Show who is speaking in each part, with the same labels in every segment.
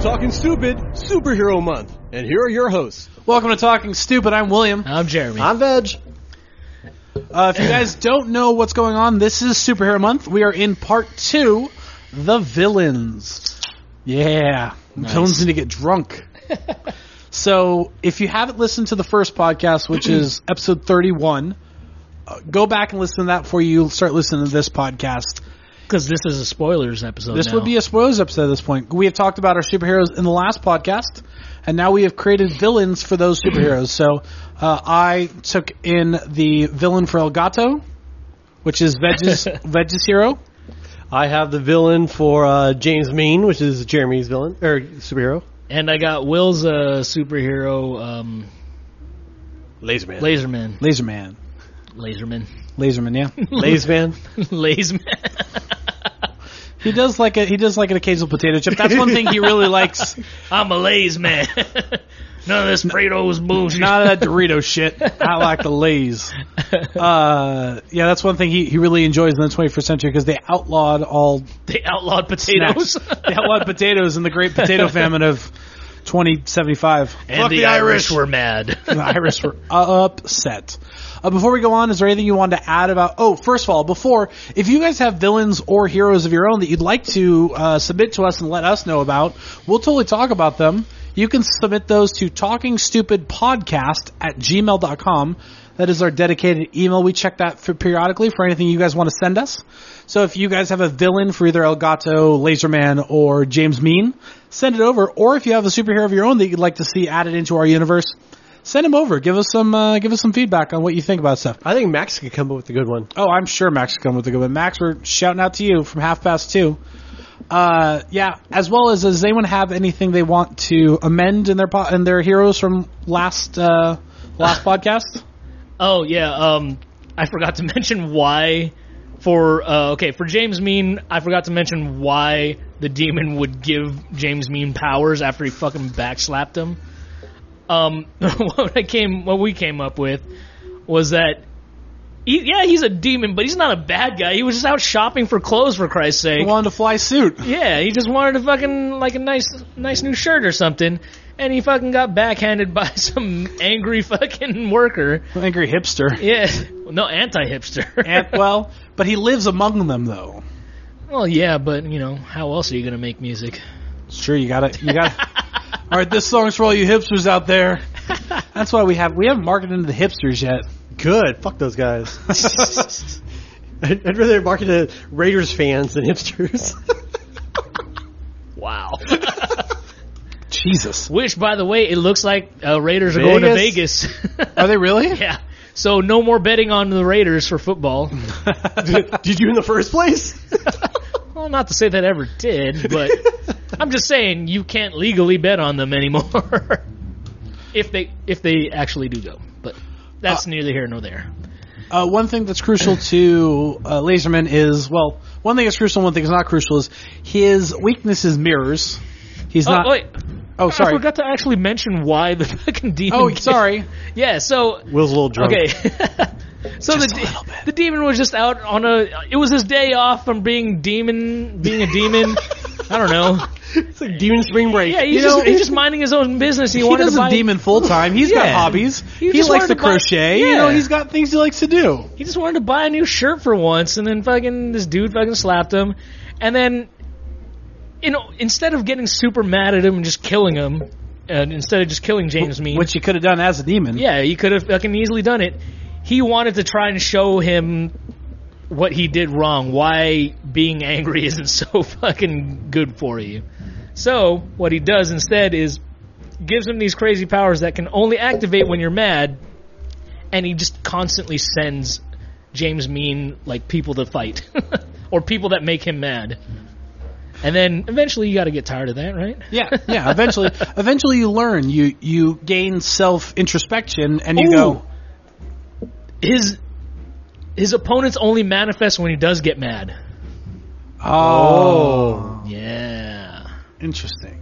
Speaker 1: Talking Stupid Superhero Month. And here are your hosts.
Speaker 2: Welcome to Talking Stupid. I'm William.
Speaker 3: I'm Jeremy.
Speaker 4: I'm Veg.
Speaker 2: Uh, if you guys don't know what's going on, this is Superhero Month. We are in part two, the villains. Yeah, villains need to get drunk. so if you haven't listened to the first podcast, which is episode 31, uh, go back and listen to that before you start listening to this podcast.
Speaker 3: Because this is a spoilers episode.
Speaker 2: This would be a spoilers episode at this point. We have talked about our superheroes in the last podcast, and now we have created villains for those superheroes. so uh, I took in the villain for El Gato, which is Veg's, Veg's hero.
Speaker 4: I have the villain for uh, James Mean, which is Jeremy's villain or superhero.
Speaker 3: and I got Will's uh, superhero um,
Speaker 4: Laserman.
Speaker 3: Laserman.
Speaker 2: Laserman.
Speaker 3: Laserman.
Speaker 2: Laserman, yeah.
Speaker 4: Laserman.
Speaker 3: Laserman.
Speaker 2: he does like a he does like an occasional potato chip. That's one thing he really likes.
Speaker 3: I'm a laze man. None of this Fritos bullshit.
Speaker 2: None of that Dorito shit. I like the Lays. Uh, yeah, that's one thing he, he really enjoys in the 21st century because they outlawed all
Speaker 3: they outlawed potatoes.
Speaker 2: snacks. they outlawed potatoes in the Great Potato Famine of 2075.
Speaker 3: and the, Irish were mad.
Speaker 2: The Irish were upset. Uh, before we go on, is there anything you wanted to add about? Oh, first of all, before, if you guys have villains or heroes of your own that you'd like to uh, submit to us and let us know about, we'll totally talk about them. You can submit those to talkingstupidpodcast at gmail.com. That is our dedicated email. We check that for periodically for anything you guys want to send us. So if you guys have a villain for either Elgato, Laserman, or James Mean, send it over. Or if you have a superhero of your own that you'd like to see added into our universe, send him over. Give us some uh, give us some feedback on what you think about stuff.
Speaker 4: I think Max could come up with a good one.
Speaker 2: Oh, I'm sure Max is coming with a good one. Max, we're shouting out to you from half past two. Uh, yeah, as well as does anyone have anything they want to amend in their po- in their heroes from last uh, last podcast?
Speaker 3: Oh yeah, um, I forgot to mention why. For uh, okay, for James Mean, I forgot to mention why the demon would give James Mean powers after he fucking backslapped him. Um, what I came, what we came up with was that, he, yeah, he's a demon, but he's not a bad guy. He was just out shopping for clothes for Christ's sake.
Speaker 2: They wanted to fly suit.
Speaker 3: Yeah, he just wanted a fucking like a nice nice new shirt or something, and he fucking got backhanded by some angry fucking worker.
Speaker 2: Angry hipster.
Speaker 3: Yeah, no anti hipster.
Speaker 2: And, well, but he lives among them though.
Speaker 3: well, yeah, but you know, how else are you gonna make music?
Speaker 2: Sure, you got it. You got. all right, this song's for all you hipsters out there. That's why we have we haven't marketed into the hipsters yet.
Speaker 4: Good. Fuck those guys. I'd, I'd rather market to Raiders fans than hipsters.
Speaker 3: Wow.
Speaker 2: Jesus,
Speaker 3: Which, by the way, it looks like uh, Raiders are going to Vegas.
Speaker 2: are they really?
Speaker 3: yeah. So no more betting on the Raiders for football.
Speaker 4: Did you in the first place?
Speaker 3: Well, not to say that ever did, but I'm just saying you can't legally bet on them anymore. if they if they actually do go, but that's neither here nor there.
Speaker 2: Uh, one thing that's crucial to uh, Laserman is well, one thing is crucial, one thing is not crucial is his weakness is mirrors. He's
Speaker 3: Oh
Speaker 2: not.
Speaker 3: wait,
Speaker 2: Oh,
Speaker 3: I
Speaker 2: sorry.
Speaker 3: forgot to actually mention why the fucking demon.
Speaker 2: Oh,
Speaker 3: came-
Speaker 2: sorry.
Speaker 3: Yeah, so
Speaker 4: Will's a little drunk.
Speaker 3: okay. So the,
Speaker 2: Um, Just a little
Speaker 3: de-
Speaker 2: bit.
Speaker 3: the demon was just out on a. It was his day off from being demon, being a demon. I don't know.
Speaker 4: It's like Demon Spring Break.
Speaker 3: Yeah, he's
Speaker 2: You
Speaker 3: just
Speaker 2: know,
Speaker 3: he's just minding his own business. He,
Speaker 2: He
Speaker 3: wanted to
Speaker 2: doesn't
Speaker 3: buy.
Speaker 2: demon full time. He's got
Speaker 3: Yeah.
Speaker 2: hobbies.
Speaker 3: He
Speaker 2: He,
Speaker 3: just
Speaker 2: likes
Speaker 3: wanted
Speaker 2: to
Speaker 3: to buy-
Speaker 2: crochet. You know,
Speaker 3: Yeah.
Speaker 2: he's got things he likes to do.
Speaker 3: He just wanted to buy a new shirt for once, and then fucking this dude fucking slapped him, and then you know instead of getting super mad at him and just killing him, and instead of just killing James Mean,
Speaker 2: Which he could have done as a demon.
Speaker 3: yeah, he could have fucking easily done it. He wanted to try and show him what he did wrong, why being angry isn't so fucking good for you. So what he does instead is gives him these crazy powers that can only activate when you're mad, and he just constantly sends James Mean like people to fight or people that make him mad. And then eventually you got to get tired of that, right?
Speaker 2: Yeah, yeah. Eventually, eventually you learn. You you gain self introspection, and you
Speaker 3: Ooh.
Speaker 2: go,
Speaker 3: His his opponents only manifest when he does get mad.
Speaker 2: oh,
Speaker 3: Yeah.
Speaker 2: interesting.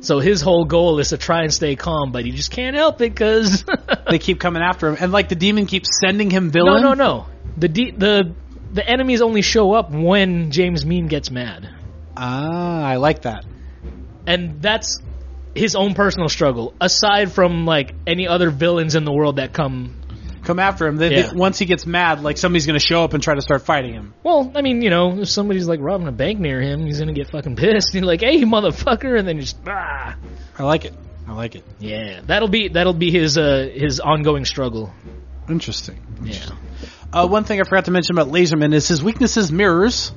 Speaker 3: So his whole goal is to try and stay calm, but he just can't help it because
Speaker 2: They keep coming after him, and like the demon keeps sending him
Speaker 3: no,
Speaker 2: villain.
Speaker 3: no, no. The de- the the enemies only show up when James Mean gets mad.
Speaker 2: Ah, I like that.
Speaker 3: and that's his own personal struggle. Aside from like any other villains in the world that come,
Speaker 2: Come after him. They, they-
Speaker 3: Yeah.
Speaker 2: once he gets mad, like somebody's going to show up and try to start fighting him.
Speaker 3: well, I mean, you know, if somebody's like robbing a bank near him, he's gonna get fucking pissed. He's like, "Hey, motherfucker!" and then just ah,
Speaker 2: I like it. I like it.
Speaker 3: yeah. That'll be that'll be his uh his ongoing struggle.
Speaker 2: Interesting.
Speaker 3: Yeah.
Speaker 2: Uh, one thing I forgot to mention about Laserman is his weakness is mirrors.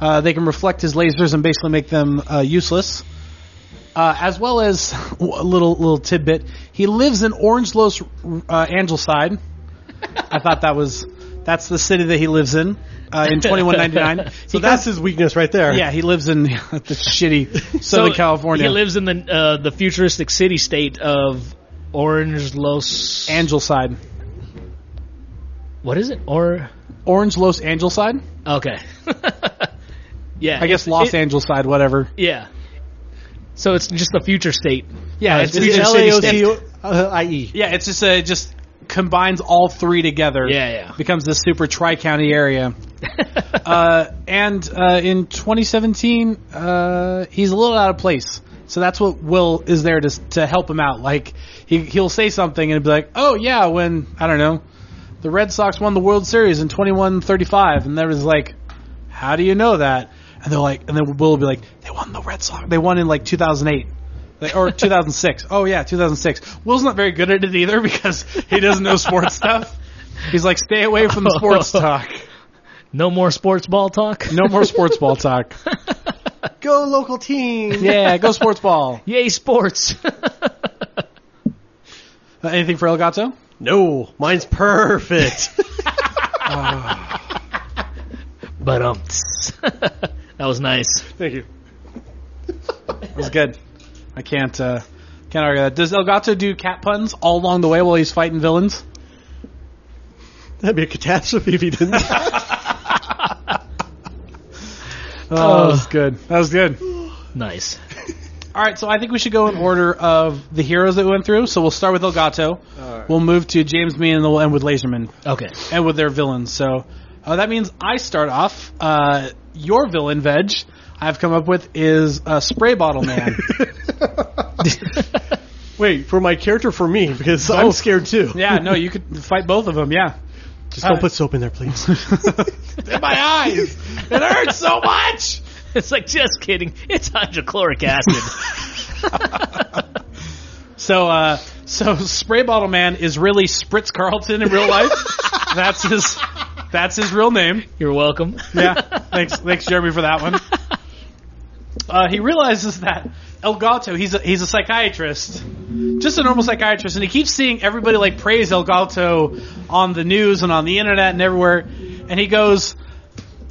Speaker 2: Uh, they can reflect his lasers and basically make them uh, useless. Uh, as well as a little little tidbit, he lives in Orange Los uh, Angeleside. I thought that was that's the city that he lives in uh, in twenty one ninety nine.
Speaker 4: So
Speaker 2: So
Speaker 4: that's his weakness right there.
Speaker 2: yeah, he lives in the shitty Southern
Speaker 3: So,
Speaker 2: California.
Speaker 3: He lives in the uh, the futuristic city state of Orange Los.
Speaker 2: Angeleside,
Speaker 3: what is it? Or
Speaker 2: Orange Los Angeleside.
Speaker 3: okay. yeah,
Speaker 2: I guess
Speaker 3: it-
Speaker 2: Los
Speaker 3: it-
Speaker 2: Angeleside, whatever.
Speaker 3: Yeah. So it's just the future state.
Speaker 2: Yeah,
Speaker 4: It's, it's
Speaker 2: Uh, just-
Speaker 4: L-A-O-T-I-E.
Speaker 2: Yeah, it's just uh, it just combines all three together.
Speaker 3: Yeah, yeah.
Speaker 2: Becomes this super tri county area. uh, and uh, in 2017, uh, he's a little out of place. So that's what Will is there to to help him out. Like he he'll say something and be like, "Oh yeah, when I don't know, the Red Sox won the World Series in 2135," and there was like, "How do you know that?" And they're like, and then Will will be like, "They won the Red Sox. They won in like 2008." Like, or 2006. Oh yeah, 2006. Will's not very good at it either because he doesn't know sports stuff. He's like, stay away from the sports talk.
Speaker 3: No more sports ball talk.
Speaker 2: No more sports ball talk.
Speaker 4: Go local team.
Speaker 2: Yeah, go sports ball.
Speaker 3: Yay, sports.
Speaker 2: Uh, Anything for Elgato?
Speaker 4: No, mine's perfect.
Speaker 3: but um, that was nice.
Speaker 4: Thank you.
Speaker 2: It was good. I can't uh, can't argue that. Does Elgato do cat puns all along the way while he's fighting villains?
Speaker 4: That'd be a catastrophe if he didn't.
Speaker 2: Oh, that was good. That was good.
Speaker 3: Nice.
Speaker 2: All right, so I think we should go in order of the heroes that we went through. So we'll start with Elgato. We'll move to James Mean, and then we'll end with Laserman
Speaker 3: Okay.
Speaker 2: and with their villains. So uh, that means I start off. Uh, your villain, Veg, I've come up with is uh, Spray Bottle Man.
Speaker 4: Wait, for my character, for me, because I'm scared too.
Speaker 2: Oh. yeah, Uh, no, you could fight both of them. Yeah.
Speaker 4: Just don't put soap in there, please. in my eyes.
Speaker 2: It hurts so much.
Speaker 3: It's like just kidding. It's hydrochloric acid.
Speaker 2: So, uh, so Spray Bottle Man is really Spritz Carlton in real life. that's his. That's his real name.
Speaker 3: You're welcome.
Speaker 2: Yeah. Thanks, thanks, Jeremy, for that one. Uh, he realizes that Elgato, he's a, he's a psychiatrist, just a normal psychiatrist, and he keeps seeing everybody like praise Elgato on the news and on the internet and everywhere, and he goes,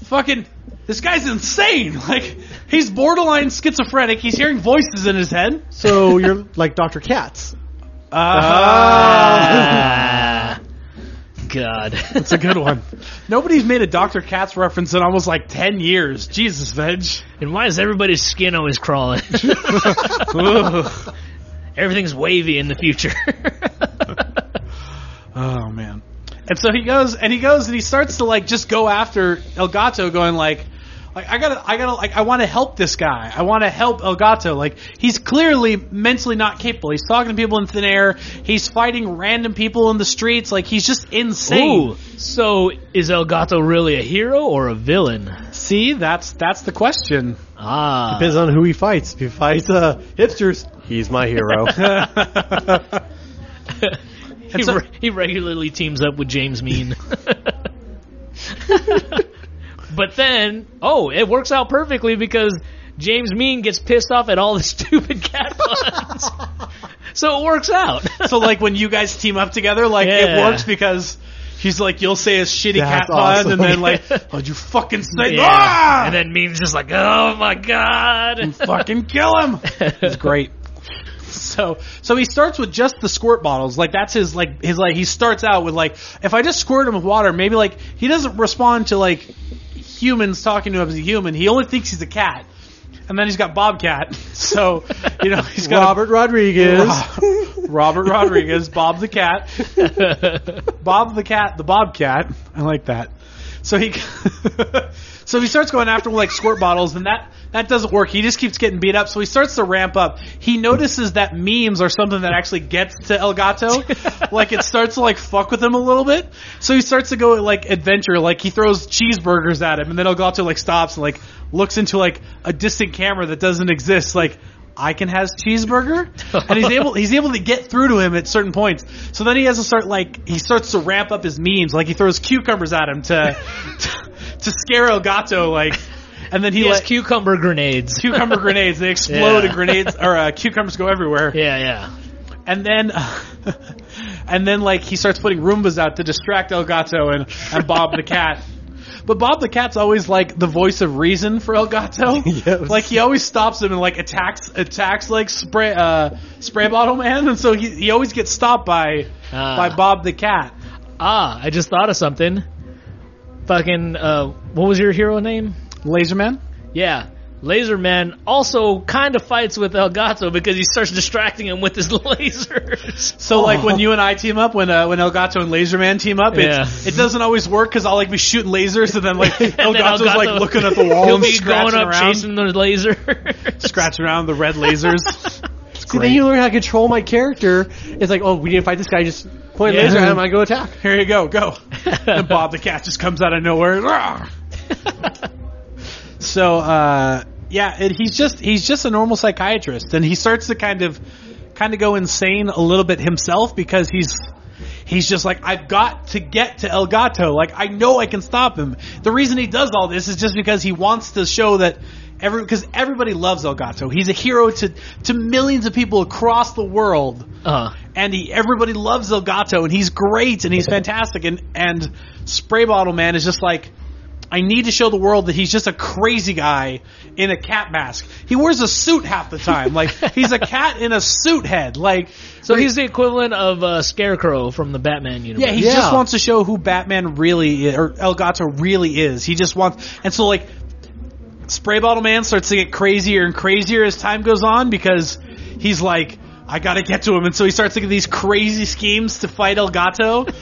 Speaker 2: "Fucking, this guy's insane! Like, he's borderline schizophrenic. He's hearing voices in his head." Uh-huh.
Speaker 4: So you're like Dr. Katz.
Speaker 3: Ah. God.
Speaker 2: It's a good one. Nobody's made a Dr. Katz reference in almost like 10 years. Jesus, Veg.
Speaker 3: and why is everybody's skin always crawling?
Speaker 2: Ugh.
Speaker 3: Everything's wavy in the future.
Speaker 2: oh, man. And so he goes and he goes and he starts to like just go after Elgato going like like I gotta I gotta like I wanna help this guy. I wanna help Elgato. Like he's clearly mentally not capable. He's talking to people in thin air, he's fighting random people in the streets, like he's just insane.
Speaker 3: Ooh. So is Elgato really a hero or a villain?
Speaker 2: See, that's that's the question.
Speaker 3: Ah.
Speaker 4: Depends on who he fights. If he fights uh, hipsters, he's my hero.
Speaker 3: he,
Speaker 2: so-
Speaker 3: re- he regularly teams up with James Mean. but then, oh, it works out perfectly because James Mean gets pissed off at all the stupid cat puns. so it works out.
Speaker 2: So like when you guys team up together, like it
Speaker 3: Yeah.
Speaker 2: works because he's like you'll say a shitty cat
Speaker 4: That's
Speaker 2: pun
Speaker 4: awesome.
Speaker 2: and then like how'd you fucking say
Speaker 3: Yeah.
Speaker 2: ah?
Speaker 3: And then Mean's just like, oh my god.
Speaker 2: fucking kill him. It's great. So so he starts with just the squirt bottles. Like that's his like his like he starts out with like if I just squirt him with water, maybe like he doesn't respond to like humans talking to him as a human. He only thinks he's a cat. And then he's got Bobcat. So, you know, he's got a-
Speaker 4: Robert Rodriguez.
Speaker 2: Robert Rodriguez, Bob the Cat. Bob the Cat, the Bobcat. I like that. So he so he starts going after like squirt bottles, and that that doesn't work. He just keeps getting beat up. So he starts to ramp up. He notices that memes are something that actually gets to Elgato. like it starts to like fuck with him a little bit. So he starts to go like adventure. Like he throws cheeseburgers at him, and then Elgato like stops and like looks into like a distant camera that doesn't exist. Like I can has cheeseburger, and he's able he's able to get through to him at certain points. So then he has to start like he starts to ramp up his memes, like he throws cucumbers at him to to, to scare Elgato, like, and then he,
Speaker 3: He has
Speaker 2: like
Speaker 3: cucumber grenades.
Speaker 2: cucumber grenades, they explode,
Speaker 3: Yeah.
Speaker 2: and grenades or uh, cucumbers go everywhere,
Speaker 3: Yeah, yeah.
Speaker 2: and then. And then, like, he starts putting Roombas out to distract Elgato and, and Bob the Cat. But Bob the Cat's always, like, the voice of reason for Elgato.
Speaker 4: Yes.
Speaker 2: Like, he always stops him and, like, attacks, attacks like, spray, uh, spray bottle man. And so he, he always gets stopped by,
Speaker 3: Ah.
Speaker 2: by Bob the Cat.
Speaker 3: Ah, I just thought of something. Fucking, uh, what was your hero name?
Speaker 2: Laser Man?
Speaker 3: Yeah. Laser Man also kind of fights with Elgato because he starts distracting him with his lasers.
Speaker 2: So, like, when you and I team up, when, uh, when Elgato and Laser Man team up, it's,
Speaker 3: Oh. Yeah.
Speaker 2: it doesn't always work because I'll, like, be shooting lasers and then, like,
Speaker 3: And then
Speaker 2: Elgato's, like,
Speaker 3: Elgato-
Speaker 2: looking at the wall
Speaker 3: He'll
Speaker 2: and
Speaker 3: be
Speaker 2: scratching
Speaker 3: going up
Speaker 2: around,
Speaker 3: chasing the laser.
Speaker 2: scratching around the red lasers.
Speaker 4: See, then you learn how to control my character. It's like, oh, we need to fight this guy. Just point a
Speaker 3: Yeah.
Speaker 4: laser at him. I go attack.
Speaker 2: Here you go, go. and Bob the cat just comes out of nowhere. Rawr. so uh, yeah, and he's just he's just a normal psychiatrist, and he starts to kind of kind of go insane a little bit himself because he's he's just like I've got to get to Elgato. Like I know I can stop him. The reason he does all this is just because he wants to show that. Every, because everybody loves Elgato. He's a hero to, to millions of people across the world
Speaker 3: uh,
Speaker 2: and he, everybody loves Elgato, and he's great, and he's fantastic, and and Spray Bottle Man is just like, I need to show the world that he's just a crazy guy in a cat mask. He wears a suit half the time, like he's a cat in a suit head, like
Speaker 3: so he's the equivalent of uh, Scarecrow from the Batman universe.
Speaker 2: yeah, he
Speaker 4: Yeah.
Speaker 2: just wants to show who Batman really is, or Elgato really is. He just wants, and so like, Spray Bottle Man starts to get crazier and crazier as time goes on because he's like, I gotta get to him, and so he starts thinking these crazy schemes to fight Elgato.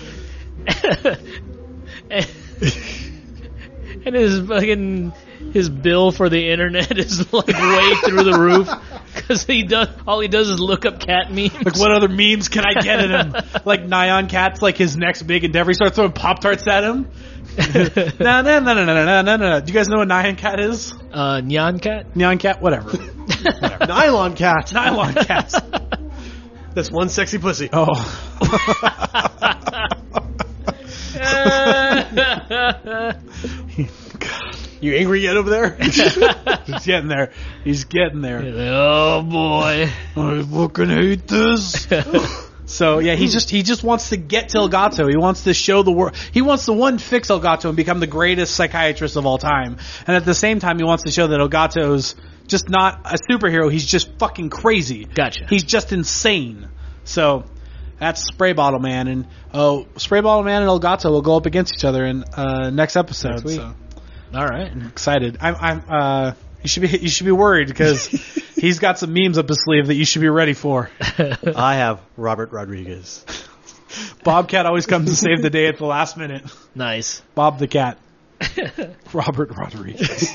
Speaker 3: and his fucking his bill for the internet is like way through the roof because he does all he does is look up cat memes.
Speaker 2: Like, what other memes can I get at him? like, Nyan Cat's like his next big endeavor. He starts throwing Pop Tarts at him. No, no, no, no, no, no, no, no. Do you guys know what Nyan Cat is?
Speaker 3: uh, Nyan cat.
Speaker 2: Nyan Cat, whatever.
Speaker 4: Nylon cat.
Speaker 2: Nylon Cats.
Speaker 4: That's one sexy pussy.
Speaker 2: Oh.
Speaker 4: You angry yet over there?
Speaker 2: He's getting there. He's getting there.
Speaker 3: oh boy.
Speaker 2: I fucking hate this. so yeah, he just he just wants to get to Elgato. He wants to show the world. He wants to one fix Elgato and become the greatest psychiatrist of all time. And at the same time, he wants to show that Elgato's just not a superhero. He's just fucking crazy.
Speaker 3: Gotcha.
Speaker 2: He's just insane. So that's Spray Bottle Man and oh, Spray Bottle Man and Elgato will go up against each other in uh, next episode.
Speaker 4: week.
Speaker 2: So
Speaker 3: all right.
Speaker 2: excited. I'm, I'm uh, you should be you should be worried because he's got some memes up his sleeve that you should be ready for.
Speaker 4: I have Robert Rodriguez.
Speaker 2: Bobcat always comes to save the day at the last minute.
Speaker 3: Nice.
Speaker 2: Bob the cat. Robert Rodriguez.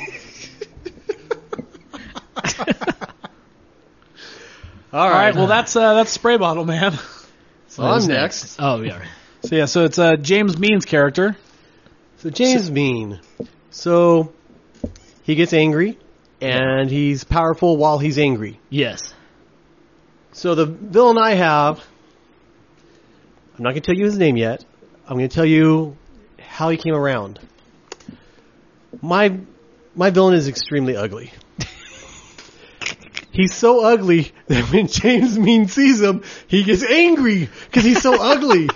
Speaker 4: All
Speaker 2: All right, well that's uh, that's spray bottle man.
Speaker 4: well, I'm next.
Speaker 3: Oh yeah.
Speaker 2: So yeah, so it's uh, James Mean's character.
Speaker 4: So James Mean. So he gets angry, and he's powerful while he's angry.
Speaker 3: Yes.
Speaker 4: So the villain I have, I'm not going to tell you his name yet. I'm going to tell you how he came around. My my villain is extremely ugly. he's so ugly that when James Mean sees him, he gets angry because he's so ugly.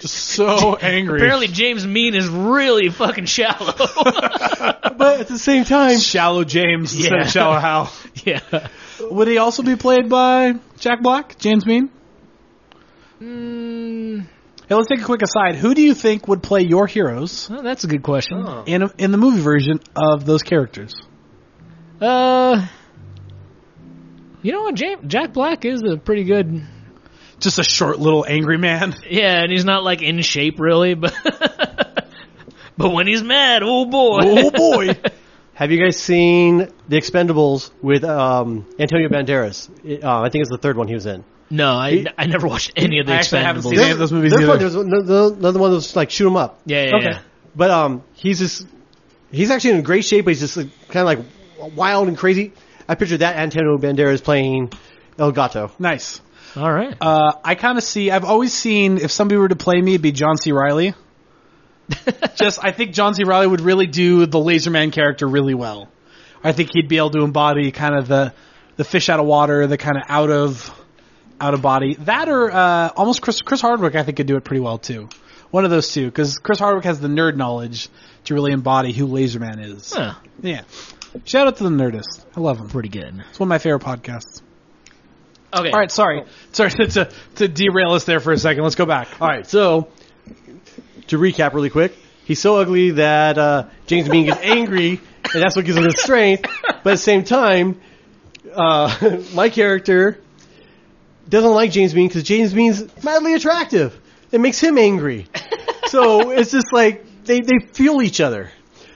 Speaker 2: Just so angry.
Speaker 3: Apparently James Mean is really fucking shallow.
Speaker 4: But at the same time,
Speaker 2: Shallow James instead of
Speaker 3: Yeah.
Speaker 2: Shallow Hal.
Speaker 3: yeah.
Speaker 2: Would he also be played by Jack Black? James Mean?
Speaker 3: Mm,
Speaker 2: Hey, let's take a quick aside. Who do you think would play your heroes
Speaker 3: well, that's a good question.
Speaker 2: in in the movie version of those characters?
Speaker 3: Uh, you know what? Jam- Jack Black is a pretty good.
Speaker 2: Just a short little angry man.
Speaker 3: Yeah, and he's not like in shape really, but But when he's mad, oh boy.
Speaker 2: Oh boy.
Speaker 4: Have you guys seen The Expendables with um, Antonio Banderas? It- uh, I think it's the third one he was in.
Speaker 3: no, I, I never watched any of the
Speaker 2: I actually haven't
Speaker 3: Expendables.
Speaker 2: seen any of those movies
Speaker 4: They're
Speaker 2: either.
Speaker 4: fun. There's another another one that was like shoot 'em up.
Speaker 3: Yeah, yeah,
Speaker 2: Okay.
Speaker 3: yeah.
Speaker 4: But um, he's just he's actually in great shape, but he's just like, kind of like wild and crazy. I picture that Antonio Banderas playing El Gato.
Speaker 2: nice.
Speaker 3: All right.
Speaker 2: Uh, I kind of see. I've always seen if somebody were to play me, it'd be John C. Riley. Just, I think John C. Riley would really do the Laserman character really well. I think he'd be able to embody kind of the the fish out of water, the kind of out of out of body. That or uh, almost Chris Chris Hardwick, I think could do it pretty well too. One of those two, because Chris Hardwick has the nerd knowledge to really embody who Laserman is.
Speaker 3: Huh,
Speaker 2: Yeah. Shout out to the Nerdist. I love him.
Speaker 3: pretty good.
Speaker 2: It's one of my favorite podcasts.
Speaker 3: Okay.
Speaker 2: All right, sorry, sorry to, to derail us there for a second. Let's go back.
Speaker 4: All right, so to recap really quick, he's so ugly that uh, James Bean gets angry, and that's what gives him his strength. But at the same time, uh, my character doesn't like James Bean because James Bean's madly attractive. It makes him angry. So it's just like they, they fuel each other.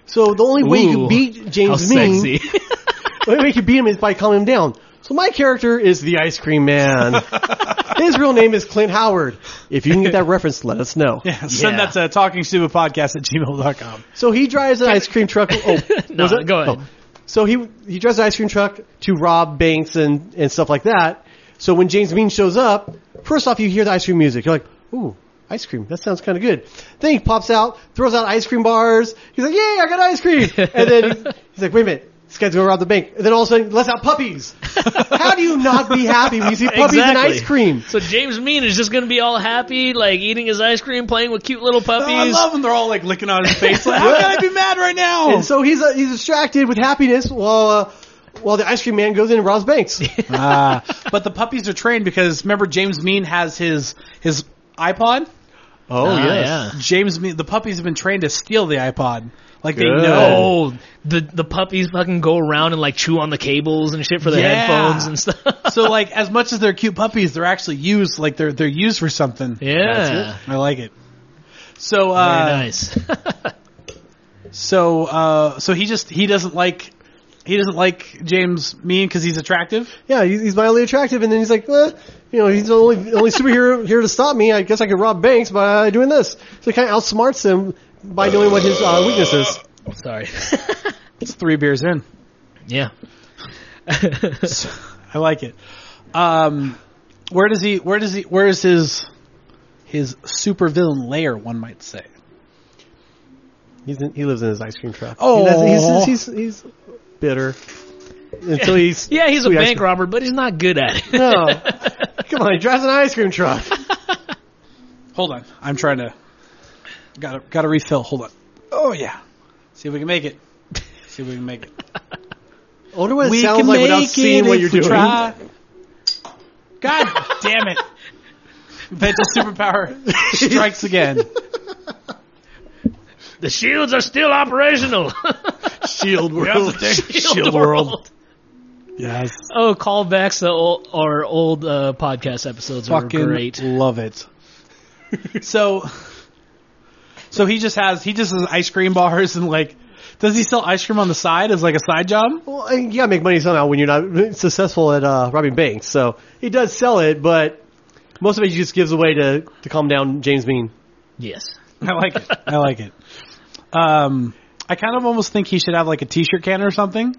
Speaker 4: So the only way you can
Speaker 3: Ooh,
Speaker 4: beat
Speaker 3: How
Speaker 4: James Bean,
Speaker 3: sexy.
Speaker 4: the only way you can beat him is by calming him down. So my character is the ice cream man. His real name is Clint Howard. If you can get that reference, let us know.
Speaker 2: Send that to talkingstupidpodcast at gmail.com.
Speaker 4: So he drives an ice cream truck. Oh,
Speaker 3: No,
Speaker 4: was it?
Speaker 3: go ahead.
Speaker 4: Oh. So he he drives an ice cream truck to rob banks and and stuff like that. So when James Bean shows up, first off you hear the ice cream music. You're like, ooh, ice cream. That sounds kind of good. Then he pops out, throws out ice cream bars. He's like, yay, I got ice cream. And then he's like, wait a minute. This guy's gonna rob the bank. And then all of a sudden, he lets out puppies. How do you not be happy when you see puppies and
Speaker 3: Exactly.
Speaker 4: ice cream?
Speaker 3: So James Mean is just going to be all happy, like eating his ice cream, playing with cute little puppies.
Speaker 2: Oh, I love them. They're all like licking on his face. Like, how can I be mad right now?
Speaker 4: And so he's uh, he's distracted with happiness while uh, while the ice cream man goes in and robs banks.
Speaker 2: Ah, but the puppies are trained because remember James Mean has his his iPod.
Speaker 4: Oh
Speaker 3: Ah,
Speaker 4: yes.
Speaker 3: yeah.
Speaker 2: James Mean, the puppies have been trained to steal the iPod. Like they
Speaker 4: Good.
Speaker 2: know.
Speaker 3: Oh, the the puppies fucking go around and like chew on the cables and shit for the
Speaker 2: Yeah.
Speaker 3: headphones and stuff.
Speaker 2: So like as much as they're cute puppies, they're actually used like they're they're used for something.
Speaker 3: yeah,
Speaker 2: I like it. So uh,
Speaker 3: very nice.
Speaker 2: So, uh, so he just he doesn't like he doesn't like James Mean because he's attractive.
Speaker 4: yeah, he's he's mildly attractive, and then he's like, well, you know, he's the only the only superhero here to stop me. I guess I could rob banks by doing this. So he kind of outsmarts him by knowing what his uh, weakness is.
Speaker 3: Sorry.
Speaker 2: It's three beers in.
Speaker 3: yeah.
Speaker 2: I like it. Um, where does he? Where does he? Where is his his supervillain lair? One might say.
Speaker 4: He's in, he lives in his ice cream truck.
Speaker 2: Oh.
Speaker 4: he's, he's, he's, he's bitter until he's
Speaker 3: yeah, he's a
Speaker 4: Sweet ice
Speaker 3: bank
Speaker 4: cream.
Speaker 3: robber, but he's not good at it.
Speaker 4: no. Come on, he drives an ice cream truck.
Speaker 2: Hold on, I'm trying to. Got to got to refill. Hold on. Oh yeah. See if we can make it. See if we can make it.
Speaker 4: I wonder what it sounds like without seeing what you're doing.
Speaker 2: God damn it! Mental superpower strikes again.
Speaker 3: The shields are still operational.
Speaker 4: Shield world.
Speaker 3: Shield world.
Speaker 2: Yes.
Speaker 3: Oh, callbacks to ol our old uh, podcast episodes are
Speaker 2: fucking
Speaker 3: great.
Speaker 2: love it. so, so he just has he just has ice cream bars and like, does he sell ice cream on the side as like a side job?
Speaker 4: Well, I- you gotta make money somehow when you're not successful at uh, robbing banks. So he does sell it, but most of it he just gives away to to calm down James Bean.
Speaker 3: Yes.
Speaker 2: I like it. I like it. Um, I kind of almost think he should have like a t-shirt cannon or something.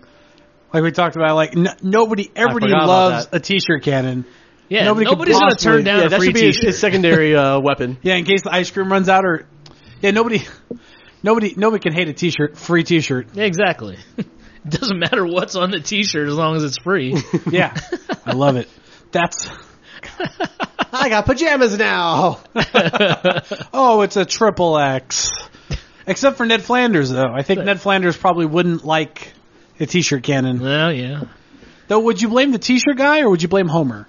Speaker 2: Like we talked about, like n- nobody, everybody
Speaker 4: forgot about
Speaker 2: loves
Speaker 4: that.
Speaker 2: a t-shirt cannon.
Speaker 3: Yeah.
Speaker 2: Nobody could
Speaker 3: nobody's going to
Speaker 2: possibly-
Speaker 3: turn down
Speaker 4: yeah,
Speaker 3: a
Speaker 4: that
Speaker 3: free
Speaker 4: should be his,
Speaker 3: t-shirt.
Speaker 4: his secondary uh, weapon.
Speaker 2: Yeah, in case the ice cream runs out or, yeah, nobody, nobody, nobody can hate a t-shirt, free t-shirt.
Speaker 3: Yeah, exactly. It doesn't matter what's on the t-shirt as long as it's free.
Speaker 2: Yeah, I love it. That's
Speaker 4: I got pajamas now.
Speaker 2: Oh, it's a triple X. Except for Ned Flanders, though. I think Ned Flanders probably wouldn't like a t-shirt cannon.
Speaker 3: well, yeah.
Speaker 2: Though, would you blame the t-shirt guy or would you blame Homer?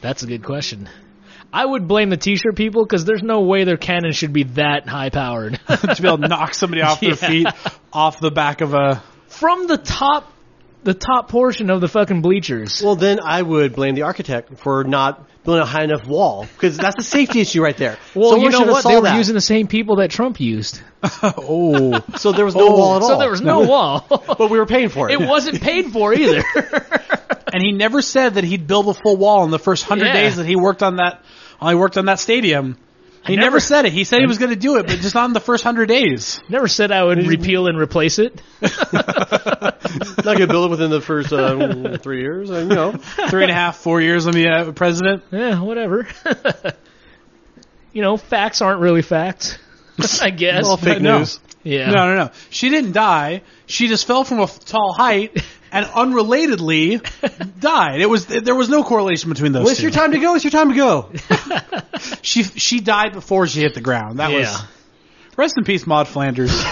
Speaker 3: That's a good question. I would blame the t-shirt people because there's no way their cannon should be that high powered.
Speaker 2: to be able to knock somebody off their
Speaker 3: Yeah.
Speaker 2: feet, off the back of a
Speaker 3: From the top the top portion of the fucking bleachers.
Speaker 4: Well, then I would blame the architect for not building a high enough wall because that's a safety issue right there.
Speaker 3: Well,
Speaker 4: Someone should
Speaker 3: you know
Speaker 4: have
Speaker 3: what? They
Speaker 4: solved
Speaker 3: were
Speaker 4: that.
Speaker 3: using the same people that Trump used,
Speaker 2: oh,
Speaker 4: so there was no
Speaker 2: Oh,
Speaker 4: wall at all.
Speaker 3: so there was no wall.
Speaker 4: but we were paying for it.
Speaker 3: it wasn't paid for either.
Speaker 2: and he never said that he'd build a full wall in the first hundred
Speaker 3: Yeah.
Speaker 2: days that he worked on that. While he worked on that stadium. He never,
Speaker 3: never-
Speaker 2: said it. He said he was going to do it, but just not in the first hundred days.
Speaker 3: Never said I would repeal and replace it.
Speaker 4: not going to build it within the first um, three years. uh, You know,
Speaker 2: Three and a half, four years on the uh, president.
Speaker 3: Yeah, whatever. you know, facts aren't really facts. I guess.
Speaker 4: all fake
Speaker 2: no.
Speaker 4: news.
Speaker 3: yeah.
Speaker 2: No, no, no. She didn't die. She just fell from a f- tall height and unrelatedly died. It was there was no correlation between those
Speaker 4: It's
Speaker 2: two.
Speaker 4: your time to go. It's your time to go.
Speaker 2: She she died before she hit the ground. That
Speaker 3: Yeah.
Speaker 2: was rest in peace, Maud Flanders.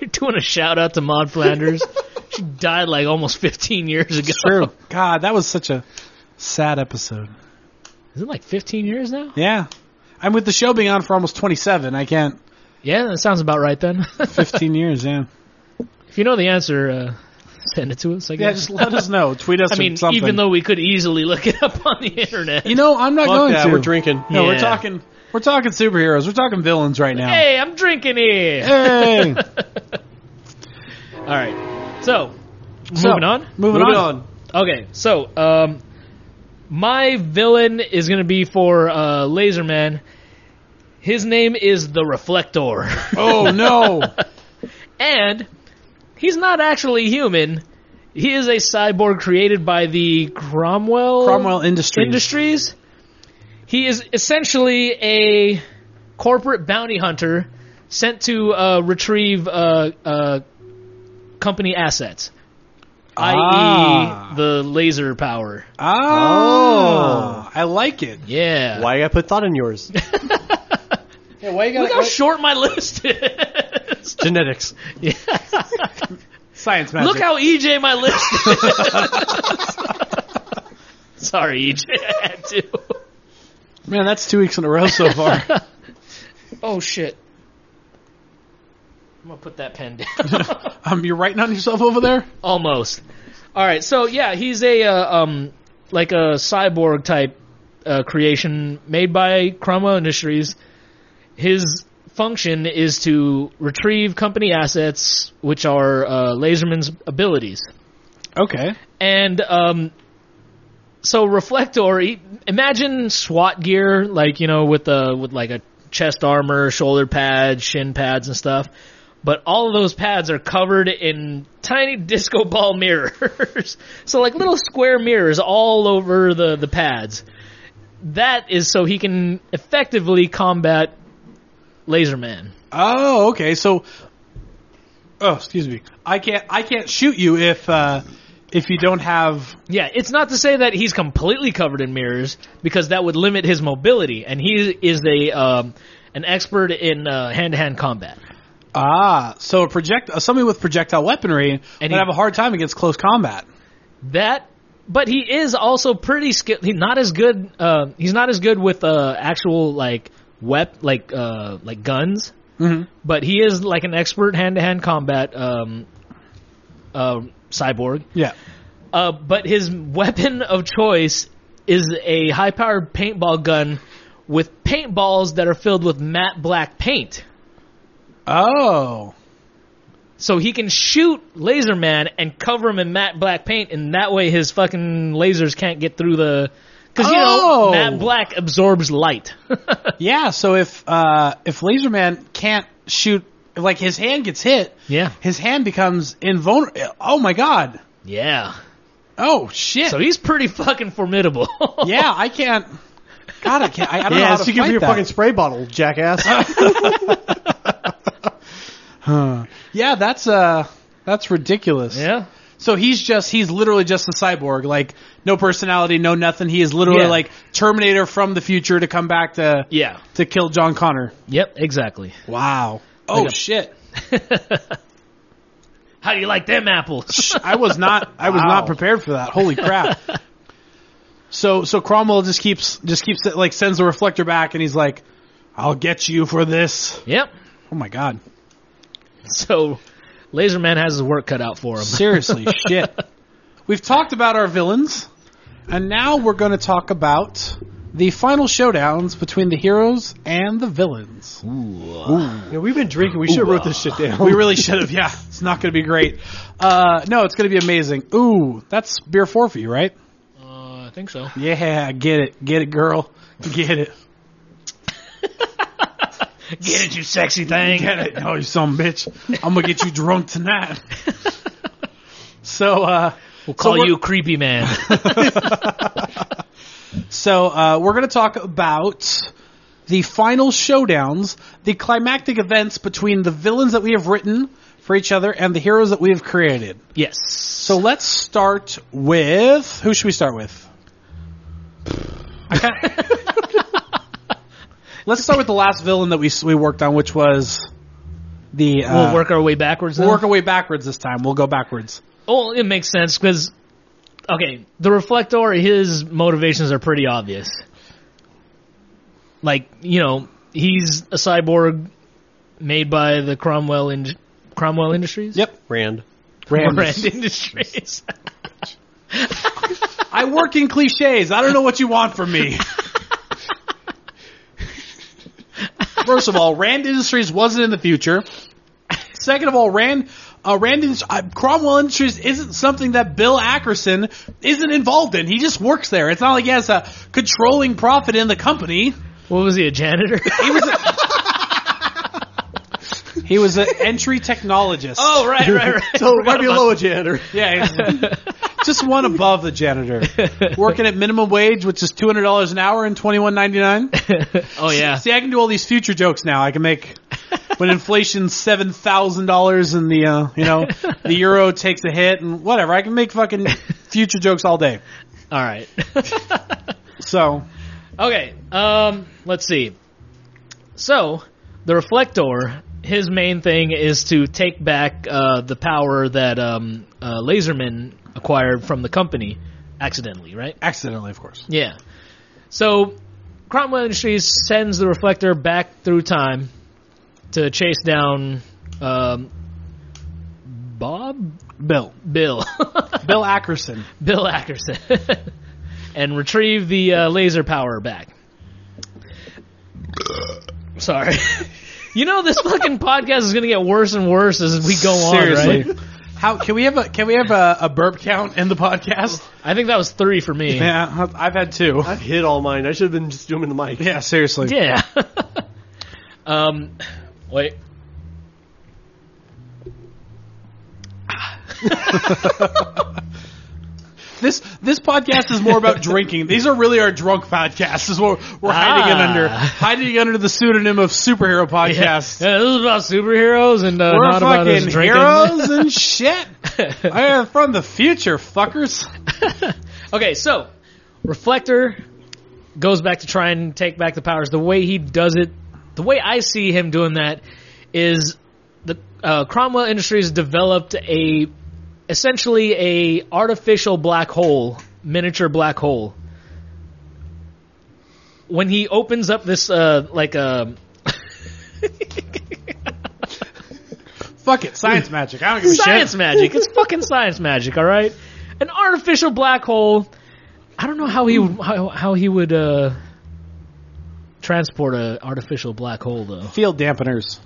Speaker 3: You're doing a shout out to Maud Flanders. she died like almost 15 years ago.
Speaker 2: God, that was such a sad episode.
Speaker 3: Is it like 15 years now?
Speaker 2: Yeah, I'm with the show being on for almost 27. I can't.
Speaker 3: Yeah, that sounds about right then.
Speaker 2: 15 years. Yeah.
Speaker 3: if you know the answer, uh, send it to us. I guess.
Speaker 2: Yeah. Just let us know. Tweet us.
Speaker 3: I mean,
Speaker 2: or something.
Speaker 3: even though we could easily look it up on the internet.
Speaker 2: you know, I'm not
Speaker 4: Fuck
Speaker 2: going
Speaker 4: that.
Speaker 2: to.
Speaker 4: We're drinking.
Speaker 2: No, we're
Speaker 3: Yeah.
Speaker 2: talking. We're talking superheroes. We're talking villains right now.
Speaker 3: Hey, I'm drinking here.
Speaker 2: Hey.
Speaker 3: All right. So,
Speaker 2: So,
Speaker 3: moving on.
Speaker 2: Moving,
Speaker 4: Moving
Speaker 2: on.
Speaker 4: on.
Speaker 3: Okay, so um, my villain is going to be for uh, Laserman. His name is the Reflector,
Speaker 2: Oh no.
Speaker 3: and he's not actually human. He is a cyborg created by the Cromwell
Speaker 2: Cromwell Industries.
Speaker 3: Industries. He is essentially a corporate bounty hunter sent to uh, retrieve uh, uh, company assets,
Speaker 2: Ah.
Speaker 3: i.e., the laser power.
Speaker 2: Ah, I like it.
Speaker 3: Yeah.
Speaker 4: Why you got to put thought in yours?
Speaker 2: why you
Speaker 3: Look how short my list is.
Speaker 4: Genetics.
Speaker 3: Yeah.
Speaker 2: science magic?
Speaker 3: Look how EJ my list is. Sorry, EJ. I had to.
Speaker 2: man, that's two weeks in a row so far.
Speaker 3: Oh, shit. I'm going to put that pen down.
Speaker 2: um, you're writing on yourself over there.
Speaker 3: Almost. All right, so yeah, he's a uh, um like a cyborg type uh, creation made by Cromwell Industries. His function is to retrieve company assets, which are uh, Laserman's abilities.
Speaker 2: Okay.
Speaker 3: And um, so Reflector, he, imagine SWAT gear, like you know, with a with like a chest armor, shoulder pads, shin pads, and stuff. But all of those pads are covered in tiny disco ball mirrors. so like little square mirrors all over the the pads. That is so he can effectively combat Laserman.
Speaker 2: Oh, okay. So, oh, excuse me. I can't. I can't shoot you if uh, if you don't have.
Speaker 3: Yeah, it's not to say that he's completely covered in mirrors because that would limit his mobility, and he is a um, an expert in uh, hand-to-hand combat.
Speaker 2: Ah, so a project uh, somebody with projectile weaponry would
Speaker 3: he-
Speaker 2: have a hard time against close combat.
Speaker 3: That, but he is also pretty skilled. He's not as good. Uh, he's not as good with uh, actual like wep like uh, like guns,
Speaker 2: Mm-hmm.
Speaker 3: but he is like an expert hand-to-hand combat um, uh, cyborg.
Speaker 2: Yeah.
Speaker 3: Uh, but his weapon of choice is a high-powered paintball gun with paintballs that are filled with matte black paint.
Speaker 2: Oh.
Speaker 3: So he can shoot Laser Man and cover him in matte black paint, and that way his fucking lasers can't get through the. Because you
Speaker 2: Oh.
Speaker 3: know, matte black absorbs light.
Speaker 2: Yeah. So if uh, if Laserman can't shoot, like his hand gets hit,
Speaker 3: yeah,
Speaker 2: his hand becomes invulnerable. Oh my god.
Speaker 3: yeah.
Speaker 2: Oh shit.
Speaker 3: So he's pretty fucking formidable.
Speaker 2: yeah, I can't. God, I can't. I, I don't know
Speaker 4: Yeah,
Speaker 2: how
Speaker 4: so
Speaker 2: to
Speaker 4: you give
Speaker 2: fight
Speaker 4: me your
Speaker 2: that.
Speaker 4: fucking spray bottle, jackass.
Speaker 2: Huh. Yeah, that's uh, that's ridiculous.
Speaker 3: yeah.
Speaker 2: So he's just he's literally just a cyborg, like no personality, no nothing. He is literally
Speaker 3: Yeah.
Speaker 2: like Terminator from the future to come back to
Speaker 3: Yeah.
Speaker 2: to kill John Connor.
Speaker 3: Yep. Exactly.
Speaker 2: Wow. Oh
Speaker 3: Like a-
Speaker 2: shit.
Speaker 3: How do you like them apples?
Speaker 2: I was not I was
Speaker 4: Wow.
Speaker 2: not prepared for that. Holy crap. so so Cromwell just keeps just keeps like sends the reflector back and he's like, I'll get you for this.
Speaker 3: yep.
Speaker 2: Oh my god.
Speaker 3: So Laserman has his work cut out for him.
Speaker 2: Seriously, shit. We've talked about our villains, and now we're going to talk about the final showdowns between the heroes and the villains.
Speaker 3: Uh,
Speaker 4: You know, we've been drinking. We should have wrote this shit down.
Speaker 2: We really should have, yeah. It's not going to be great. Uh, no, it's going to be amazing. Ooh, that's beer four for you, right?
Speaker 3: Uh, I think so.
Speaker 2: Yeah, get it, get it, girl, get it.
Speaker 3: Get it, you sexy thing.
Speaker 2: Get it. Oh, you some bitch. I'm gonna get you drunk tonight. so uh
Speaker 3: We'll call
Speaker 2: we're-
Speaker 3: you creepy man.
Speaker 2: so uh we're gonna talk about the final showdowns, the climactic events between the villains that we have written for each other and the heroes that we have created.
Speaker 3: yes.
Speaker 2: So let's start with who should we start with? I can't- let's start with the last villain that we s- we worked on, which was the uh,
Speaker 3: we'll work our way backwards.
Speaker 2: We'll
Speaker 3: then?
Speaker 2: work our way backwards this time. We'll go backwards.
Speaker 3: Well, it makes sense because, okay, the Reflector, his motivations are pretty obvious. Like, you know, he's a cyborg made by the Cromwell in- Cromwell Industries?
Speaker 2: Yep.
Speaker 4: Brand.
Speaker 2: Rand.
Speaker 3: Rand Industries.
Speaker 2: I work in cliches. I don't know what you want from me. First of all, Rand Industries wasn't in the future. Second of all, Rand, uh, Rand Indus- uh, Cromwell Industries isn't something that Bill Ackerson isn't involved in. He just works there. It's not like he has a controlling profit in the company.
Speaker 3: what was he, a janitor?
Speaker 2: He was an entry technologist.
Speaker 3: oh, right, right, right.
Speaker 4: So it might be a lower janitor.
Speaker 2: Yeah, it's- just one above the janitor. Working at minimum wage, which is two hundred dollars an hour and twenty one ninety nine.
Speaker 3: oh, yeah.
Speaker 2: See, I can do all these future jokes now. I can make when inflation's seven thousand dollars and the uh, you know the euro takes a hit and whatever. I can make fucking future jokes all day.
Speaker 3: All right.
Speaker 2: So
Speaker 3: Okay, um, let's see. So, the Reflector, his main thing is to take back uh, the power that um, uh, Laserman acquired from the company accidentally, right?
Speaker 2: accidentally, of course.
Speaker 3: Yeah. So, Cromwell Industries sends the Reflector back through time to chase down um, Bob?
Speaker 2: Bill,
Speaker 3: Bill.
Speaker 2: Bill Ackerson.
Speaker 3: Bill Ackerson and retrieve the uh, laser power back. Sorry. you know this fucking podcast is going to get worse and worse as we go on, right?
Speaker 2: How can we have a can we have a, a burp count in the podcast?
Speaker 3: I think that was 3 for me.
Speaker 2: Yeah, I've had two.
Speaker 4: I've hit all mine. I should have been just doing the mic.
Speaker 2: Yeah, seriously.
Speaker 3: Yeah. um wait.
Speaker 2: This this podcast is more about drinking. These are really our drunk podcasts. Is what we're hiding it
Speaker 3: Ah.
Speaker 2: under, hiding it under the pseudonym of superhero
Speaker 3: Yeah.
Speaker 2: podcast.
Speaker 3: Yeah, this is about superheroes and uh,
Speaker 2: We're
Speaker 3: not about us
Speaker 2: fucking
Speaker 3: drinking.
Speaker 2: heroes and shit. I am from the future, fuckers.
Speaker 3: Okay, so Reflector goes back to try and take back the powers. The way he does it, the way I see him doing that, is the uh, Cromwell Industries developed a essentially a artificial black hole, miniature black hole. When he opens up this uh, like a
Speaker 2: Fuck it, science magic. I don't give a
Speaker 3: science
Speaker 2: shit.
Speaker 3: magic. It's fucking science magic, all right? An artificial black hole. I don't know how he would, how, how he would uh, transport a artificial black hole though
Speaker 2: Field dampeners.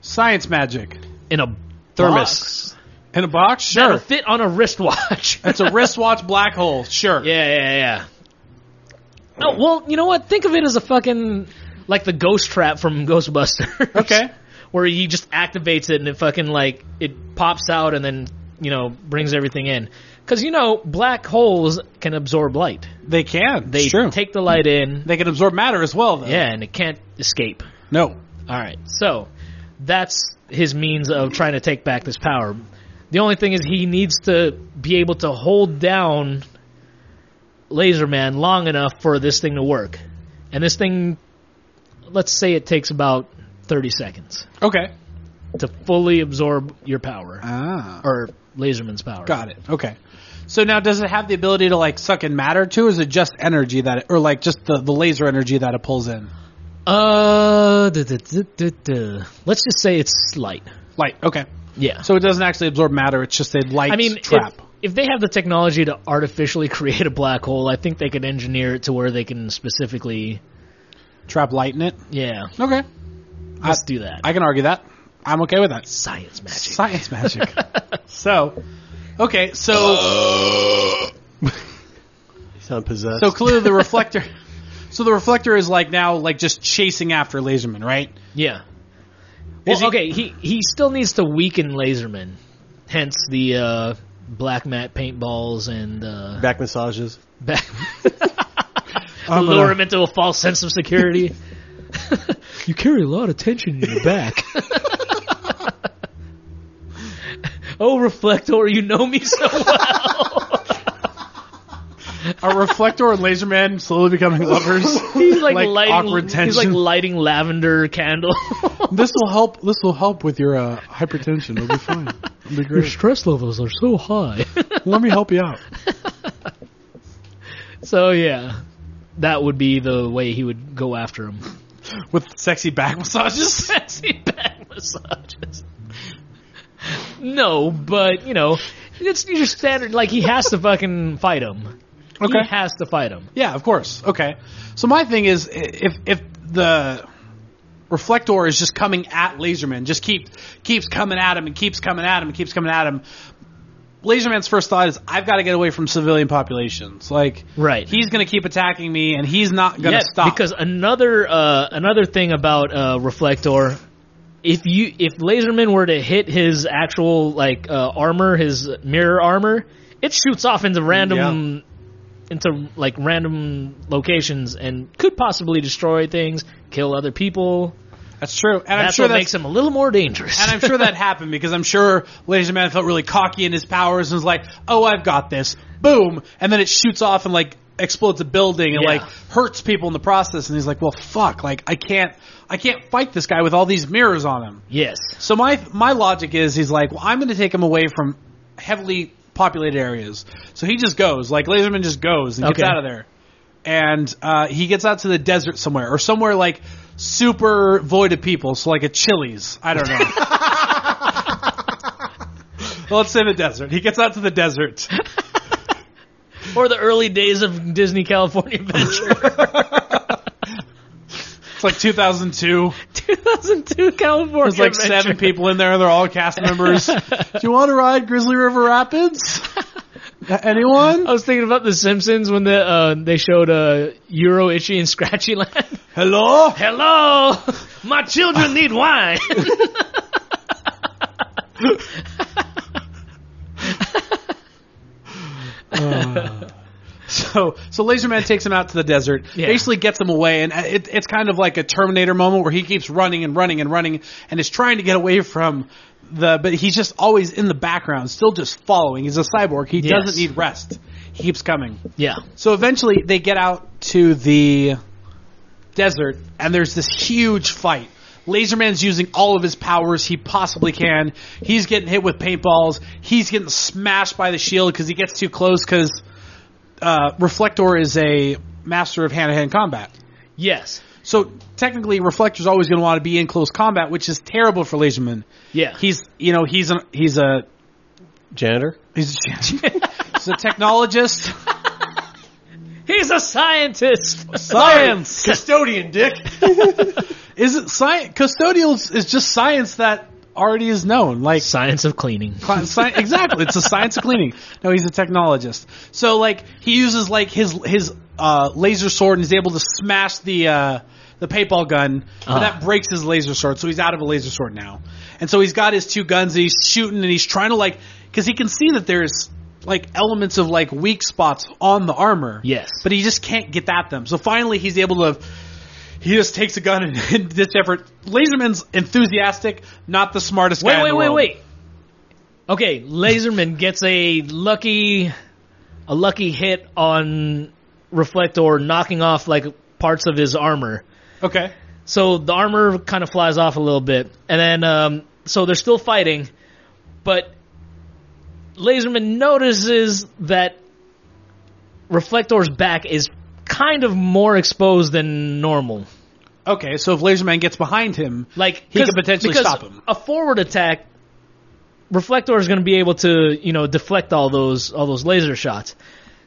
Speaker 2: Science magic.
Speaker 3: in a
Speaker 2: Thermos. In a box?
Speaker 3: Sure.
Speaker 2: Sure.
Speaker 3: That'll fit on a wristwatch.
Speaker 2: It's a wristwatch black hole. Sure.
Speaker 3: yeah, yeah, yeah. Oh, well, you know what? Think of it as a fucking like the ghost trap from Ghostbusters.
Speaker 2: Okay.
Speaker 3: Where he just activates it and it fucking like it pops out and then, you know, brings everything in. Cuz you know, black holes can absorb light.
Speaker 2: They can.
Speaker 3: They
Speaker 2: It's true. Uh.
Speaker 3: take the light in.
Speaker 2: they can absorb matter as well, though.
Speaker 3: Yeah, and it can't escape.
Speaker 2: No.
Speaker 3: All right. So, that's his means of trying to take back this power. The only thing is he needs to be able to hold down Laserman long enough for this thing to work. And this thing let's say it takes about 30 seconds
Speaker 2: Okay.
Speaker 3: to fully absorb your power
Speaker 2: Ah.
Speaker 3: or Laserman's power.
Speaker 2: Got it. Okay. So now, does it have the ability to like suck in matter too, or is it just energy that, it, or like just the, the laser energy that it pulls in?
Speaker 3: Uh, duh, duh, duh, duh, duh. let's just say it's slight.
Speaker 2: Light. Okay.
Speaker 3: Yeah.
Speaker 2: So it doesn't actually absorb matter. It's just a light
Speaker 3: I mean, if-
Speaker 2: trap.
Speaker 3: If, they have the technology to artificially create a black hole, I think they could engineer it to where they can specifically.
Speaker 2: trap light in it.
Speaker 3: Yeah,
Speaker 2: Okay. I,
Speaker 3: let's do that.
Speaker 2: I can argue that. I'm okay with that.
Speaker 3: Science magic.
Speaker 2: Science magic. so, okay, so
Speaker 4: You sound possessed.
Speaker 2: so clearly the reflector. So the reflector is like now like just chasing after Laserman, right?
Speaker 3: yeah. Well,
Speaker 2: Is he-
Speaker 3: okay, he he still needs to weaken Laserman, hence the uh, black mat paintballs and uh,
Speaker 4: Back massages.
Speaker 3: back.
Speaker 2: I'm
Speaker 3: lower him
Speaker 2: gonna-
Speaker 3: into a false sense of security. you carry a lot of tension in your back. oh, Reflector, you know me so well.
Speaker 2: Are reflector and Laserman slowly becoming lovers?
Speaker 3: he's like,
Speaker 2: Like
Speaker 3: lighting.
Speaker 2: awkward
Speaker 3: He's like
Speaker 2: tension.
Speaker 3: lighting lavender candle.
Speaker 2: this will help. This will help with your uh, hypertension. It'll be fine. It'll be great.
Speaker 3: stress levels are so high.
Speaker 2: Let me help you out.
Speaker 3: so yeah, that would be the way he would go after him.
Speaker 2: with sexy back massages.
Speaker 3: sexy back massages. No, but you know, it's your standard. Like he has to fucking fight him.
Speaker 2: Okay.
Speaker 3: He has to fight him.
Speaker 2: Yeah, of course. Okay. So my thing is, i- if if the reflector is just coming at Laserman, just keep keeps coming at him and keeps coming at him and keeps coming at him. Laserman's first thought is, I've got to get away from civilian populations. Like,
Speaker 3: Right.
Speaker 2: he's going to keep attacking me, and he's not going to
Speaker 3: Yeah,
Speaker 2: stop.
Speaker 3: because another uh, another thing about uh, Reflector, if you if Laserman were to hit his actual like uh, armor, his mirror armor, it shoots off into random into like random locations and could possibly destroy things, kill other people.
Speaker 2: that's true, and I'm
Speaker 3: That's
Speaker 2: sure
Speaker 3: what
Speaker 2: that's,
Speaker 3: makes him a little more dangerous.
Speaker 2: and I'm sure that happened because I'm sure Laserman felt really cocky in his powers and was like, "Oh, I've got this!" Boom, and then it shoots off and like explodes a building and
Speaker 3: Yeah.
Speaker 2: like hurts people in the process. And he's like, "Well, fuck! Like, I can't, I can't fight this guy with all these mirrors on him."
Speaker 3: yes.
Speaker 2: So my my logic is he's like, well, I'm going to take him away from heavily populated areas. So he just goes, like Laserman just goes and gets
Speaker 3: Okay.
Speaker 2: out of there, and uh, he gets out to the desert somewhere or somewhere like super void of people. So like a Chili's, I don't know. well, let's say the desert. He gets out to the desert.
Speaker 3: Or the early days of Disney California Adventure.
Speaker 2: It's like 2002.
Speaker 3: 2002 California
Speaker 2: There's like
Speaker 3: Adventure.
Speaker 2: seven people in there. They're all cast members. Do you want to ride Grizzly River Rapids? Anyone?
Speaker 3: I was thinking about The Simpsons when the uh, they showed uh, Euro Itchy and Scratchy Land.
Speaker 2: Hello.
Speaker 3: Hello! My children need wine!
Speaker 2: So, so Laserman takes him out to the desert,
Speaker 3: Yeah.
Speaker 2: basically gets him away, and it, it's kind of like a Terminator moment where he keeps running and running and running, and is trying to get away from the, but he's just always in the background, still just following. He's a cyborg. He
Speaker 3: Yes.
Speaker 2: doesn't need rest. He keeps coming.
Speaker 3: yeah.
Speaker 2: So eventually they get out to the desert and there's this huge fight. Laserman's using all of his powers he possibly can. He's getting hit with paintballs. He's getting smashed by the shield because he gets too close because uh, Reflector is a master of hand-to-hand combat.
Speaker 3: Yes.
Speaker 2: So technically, Reflector's always going to want to be in close combat, which is terrible for Laserman.
Speaker 3: Yeah.
Speaker 2: He's, you know, he's an, he's a
Speaker 4: Janitor.
Speaker 2: he's a, he's a technologist.
Speaker 3: He's a scientist!
Speaker 2: Science.
Speaker 4: Custodian, dick.
Speaker 2: Is it science? Custodial is- is just science that already is known. Like
Speaker 3: Science of cleaning.
Speaker 2: cli- sci- exactly, it's a science of cleaning. No, he's a technologist. So like he uses like his his uh, laser sword and is able to smash the uh, the paintball gun, but
Speaker 3: Uh-huh.
Speaker 2: that breaks his laser sword. So he's out of a laser sword now, and so he's got his two guns and he's shooting and he's trying to like because he can see that there's like elements of like weak spots on the armor.
Speaker 3: Yes.
Speaker 2: But he just can't get at them. So finally, he's able to. He just takes a gun and, and this effort. Laserman's enthusiastic, not the smartest guy.
Speaker 3: Wait,
Speaker 2: in
Speaker 3: wait,
Speaker 2: the
Speaker 3: wait,
Speaker 2: world.
Speaker 3: wait. Okay, Laserman gets a lucky, a lucky hit on Reflector, knocking off like parts of his armor.
Speaker 2: Okay.
Speaker 3: So the armor kind of flies off a little bit, and then um, so they're still fighting, but Laserman notices that Reflector's back is kind of more exposed than normal.
Speaker 2: Okay. So if Laserman gets behind him,
Speaker 3: Like
Speaker 2: He could
Speaker 3: 'cause-
Speaker 2: potentially
Speaker 3: because
Speaker 2: stop him.
Speaker 3: A forward attack Reflector is going to be able to, you know, deflect all those all those laser shots.